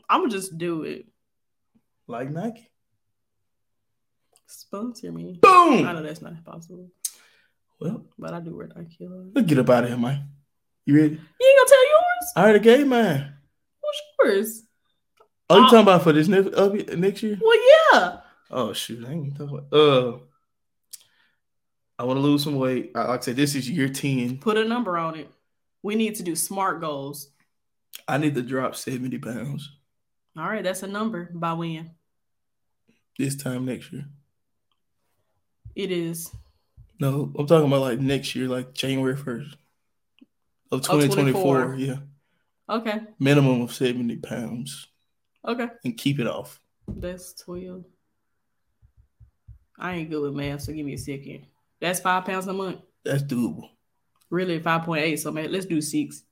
Speaker 1: I'm gonna just do it.
Speaker 2: like Nike.
Speaker 1: Sponsor me. I know
Speaker 2: Boom.
Speaker 1: that's not possible,
Speaker 2: Well,
Speaker 1: but I do wear Nike. a lot.
Speaker 2: let's get up out of here, Mike. You ready?
Speaker 1: You ain't gonna tell yours?
Speaker 2: I already gave mine.
Speaker 1: What's yours?
Speaker 2: Oh, you
Speaker 1: Oh.
Speaker 2: talking about for this next up, next year?
Speaker 1: Well, yeah.
Speaker 2: Oh shoot, I ain't even talking about. Uh, I want to lose some weight. I- Like I said, this is year ten.
Speaker 1: Put a number on it. We need to do smart goals.
Speaker 2: I need to drop seventy pounds
Speaker 1: All right, that's a number. By when?
Speaker 2: this time next year.
Speaker 1: It is
Speaker 2: No, I'm talking about like next year, like January first of
Speaker 1: Oh,
Speaker 2: 2024.
Speaker 1: 24.
Speaker 2: yeah,
Speaker 1: okay.
Speaker 2: minimum of seventy pounds
Speaker 1: Okay.
Speaker 2: and keep it off.
Speaker 1: That's 12. I ain't good with math, so give me a second. That's five pounds a month.
Speaker 2: That's doable.
Speaker 1: Really, 5.8. So, man, let's do six.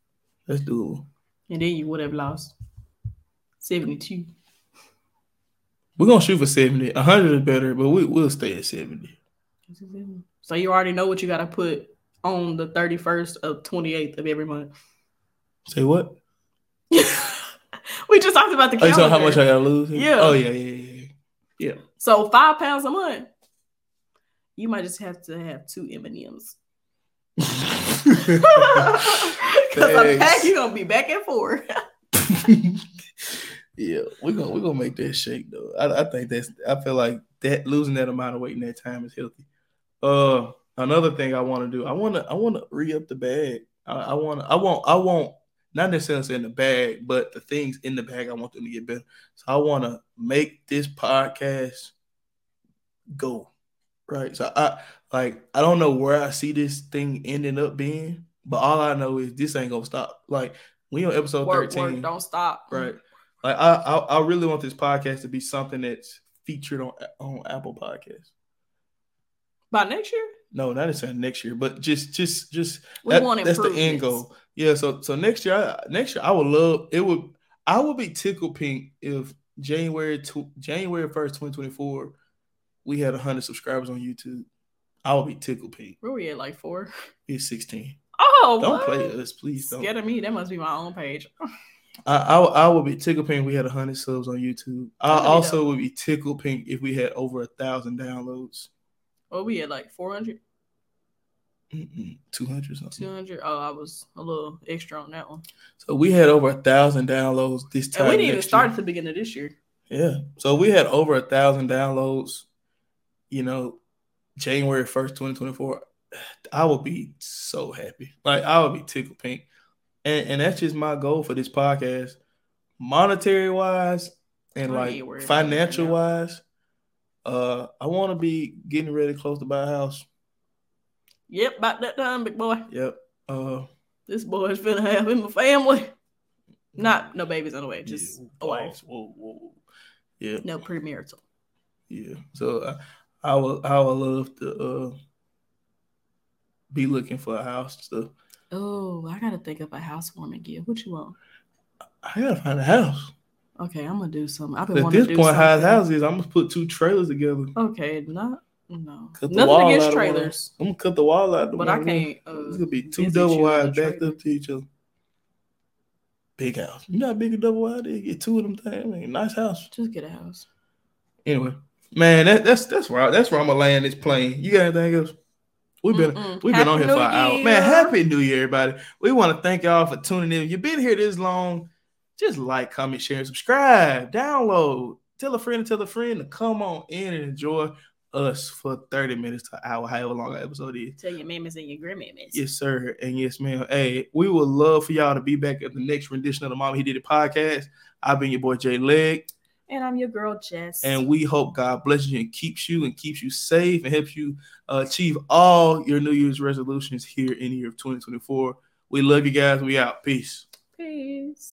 Speaker 2: That's doable.
Speaker 1: And then you would have lost 72.
Speaker 2: We're gonna shoot for seventy. hundred is better, but we will stay at seventy.
Speaker 1: So, you already know what you got to put on the 31st of 28th of every month.
Speaker 2: Say what?
Speaker 1: we just talked about the
Speaker 2: Oh, you
Speaker 1: calendar.
Speaker 2: talking how much I gotta lose?
Speaker 1: Yeah.
Speaker 2: Oh yeah, yeah, yeah. yeah.
Speaker 1: so, five pounds a month. You might just have to have two M&Ms. Because I'm
Speaker 2: Thanks.
Speaker 1: back, you're going to be back and forth.
Speaker 2: yeah, we're gonna we're gonna make that shake though. I, I think that's I feel like that losing that amount of weight in that time is healthy. Uh another thing I wanna do, I wanna I wanna re up the bag. I, I wanna I want I want not necessarily say in the bag, but the things in the bag I want them to get better. So I wanna make this podcast go. Right. So I like I don't know where I see this thing ending up being, but all I know is this ain't gonna stop. Like we on episode
Speaker 1: work,
Speaker 2: thirteen.
Speaker 1: work, don't stop.
Speaker 2: Right. Like I, I I really want this podcast to be something that's featured on on Apple Podcasts.
Speaker 1: By next year,
Speaker 2: No, not necessarily next year, but just just just
Speaker 1: we
Speaker 2: that-
Speaker 1: want
Speaker 2: that's the end
Speaker 1: improvements.
Speaker 2: goal. Yeah. So so next year, I, next year I would love it would I would be tickled pink if January to January first, twenty twenty four, we had hundred subscribers on YouTube. I would be tickled pink.
Speaker 1: Where we at, like four?
Speaker 2: It's sixteen.
Speaker 1: Oh,
Speaker 2: don't
Speaker 1: what?
Speaker 2: play us, please don't.
Speaker 1: Scared of me? That must be my own page.
Speaker 2: I, I I would be tickled pink if we had hundred subs on YouTube. I
Speaker 1: That'd be
Speaker 2: also
Speaker 1: dope.
Speaker 2: would be tickled pink if we had over a thousand downloads.
Speaker 1: What we at, like 400,
Speaker 2: Two hundred something.
Speaker 1: 200? Oh, I was a little extra on that one.
Speaker 2: So we had over a thousand downloads this time.
Speaker 1: And we didn't even
Speaker 2: next
Speaker 1: start at the beginning of this year.
Speaker 2: year. Yeah. So we had over a thousand downloads. You know, January first, twenty twenty four. I would be so happy. Like I would be tickled pink, and and that's just my goal for this podcast, monetary wise, and
Speaker 1: I
Speaker 2: like
Speaker 1: ain't worried about that
Speaker 2: financial
Speaker 1: right now.
Speaker 2: wise. Uh, I want to be getting ready close to buy a house.
Speaker 1: Yep, about that time, big boy.
Speaker 2: Yep. Uh,
Speaker 1: This boy is finna have him a family. Not no babies on the way, just
Speaker 2: yeah,
Speaker 1: a wife.
Speaker 2: Whoa, whoa, whoa. Yeah.
Speaker 1: No premarital.
Speaker 2: Yeah. So I, I would I would love to uh be looking for a house and stuff.
Speaker 1: Oh, I gotta think of a housewarming gift. What you want?
Speaker 2: I gotta find a house.
Speaker 1: Okay, I'm gonna do something. I've been
Speaker 2: At
Speaker 1: wanting
Speaker 2: this
Speaker 1: to do
Speaker 2: point, how
Speaker 1: something.
Speaker 2: his house is, I'm gonna put two trailers together.
Speaker 1: Okay, not no.
Speaker 2: Cut the wall
Speaker 1: Nothing
Speaker 2: out
Speaker 1: against
Speaker 2: of one.
Speaker 1: trailers,
Speaker 2: I'm gonna cut the wall out. the
Speaker 1: but I
Speaker 2: one
Speaker 1: can't. Uh,
Speaker 2: room. It's gonna be two
Speaker 1: visit
Speaker 2: double
Speaker 1: you in a
Speaker 2: wide backed
Speaker 1: trailer.
Speaker 2: up to each other. Big house. You know how big a double wide is? Get two of them things. I mean, nice house.
Speaker 1: Just get a house.
Speaker 2: Anyway, man, that, that's that's where I, that's where I'm gonna land this plane. You got anything else? We've been
Speaker 1: Mm-mm.
Speaker 2: We've been on
Speaker 1: Happy
Speaker 2: here for
Speaker 1: New
Speaker 2: an hour.
Speaker 1: Year.
Speaker 2: Man, happy new year, everybody. We want to thank y'all for tuning in. If you've been here this long, just like, comment, share, and subscribe, download, tell a friend, tell a friend to come on in and enjoy. us for 30 minutes to an hour, however long our episode is.
Speaker 1: Tell your mamas and your grandmamas.
Speaker 2: Yes, sir. And yes, ma'am. Hey, we would love for y'all to be back at the next rendition of the Mama He Did It podcast. I've been your boy Jay Leg.
Speaker 1: And I'm your girl Jess.
Speaker 2: And we hope God blesses you and keeps you and keeps you safe and helps you uh, achieve all your New Year's resolutions here in the year of 2024. We love you guys. We out. Peace.
Speaker 1: Peace.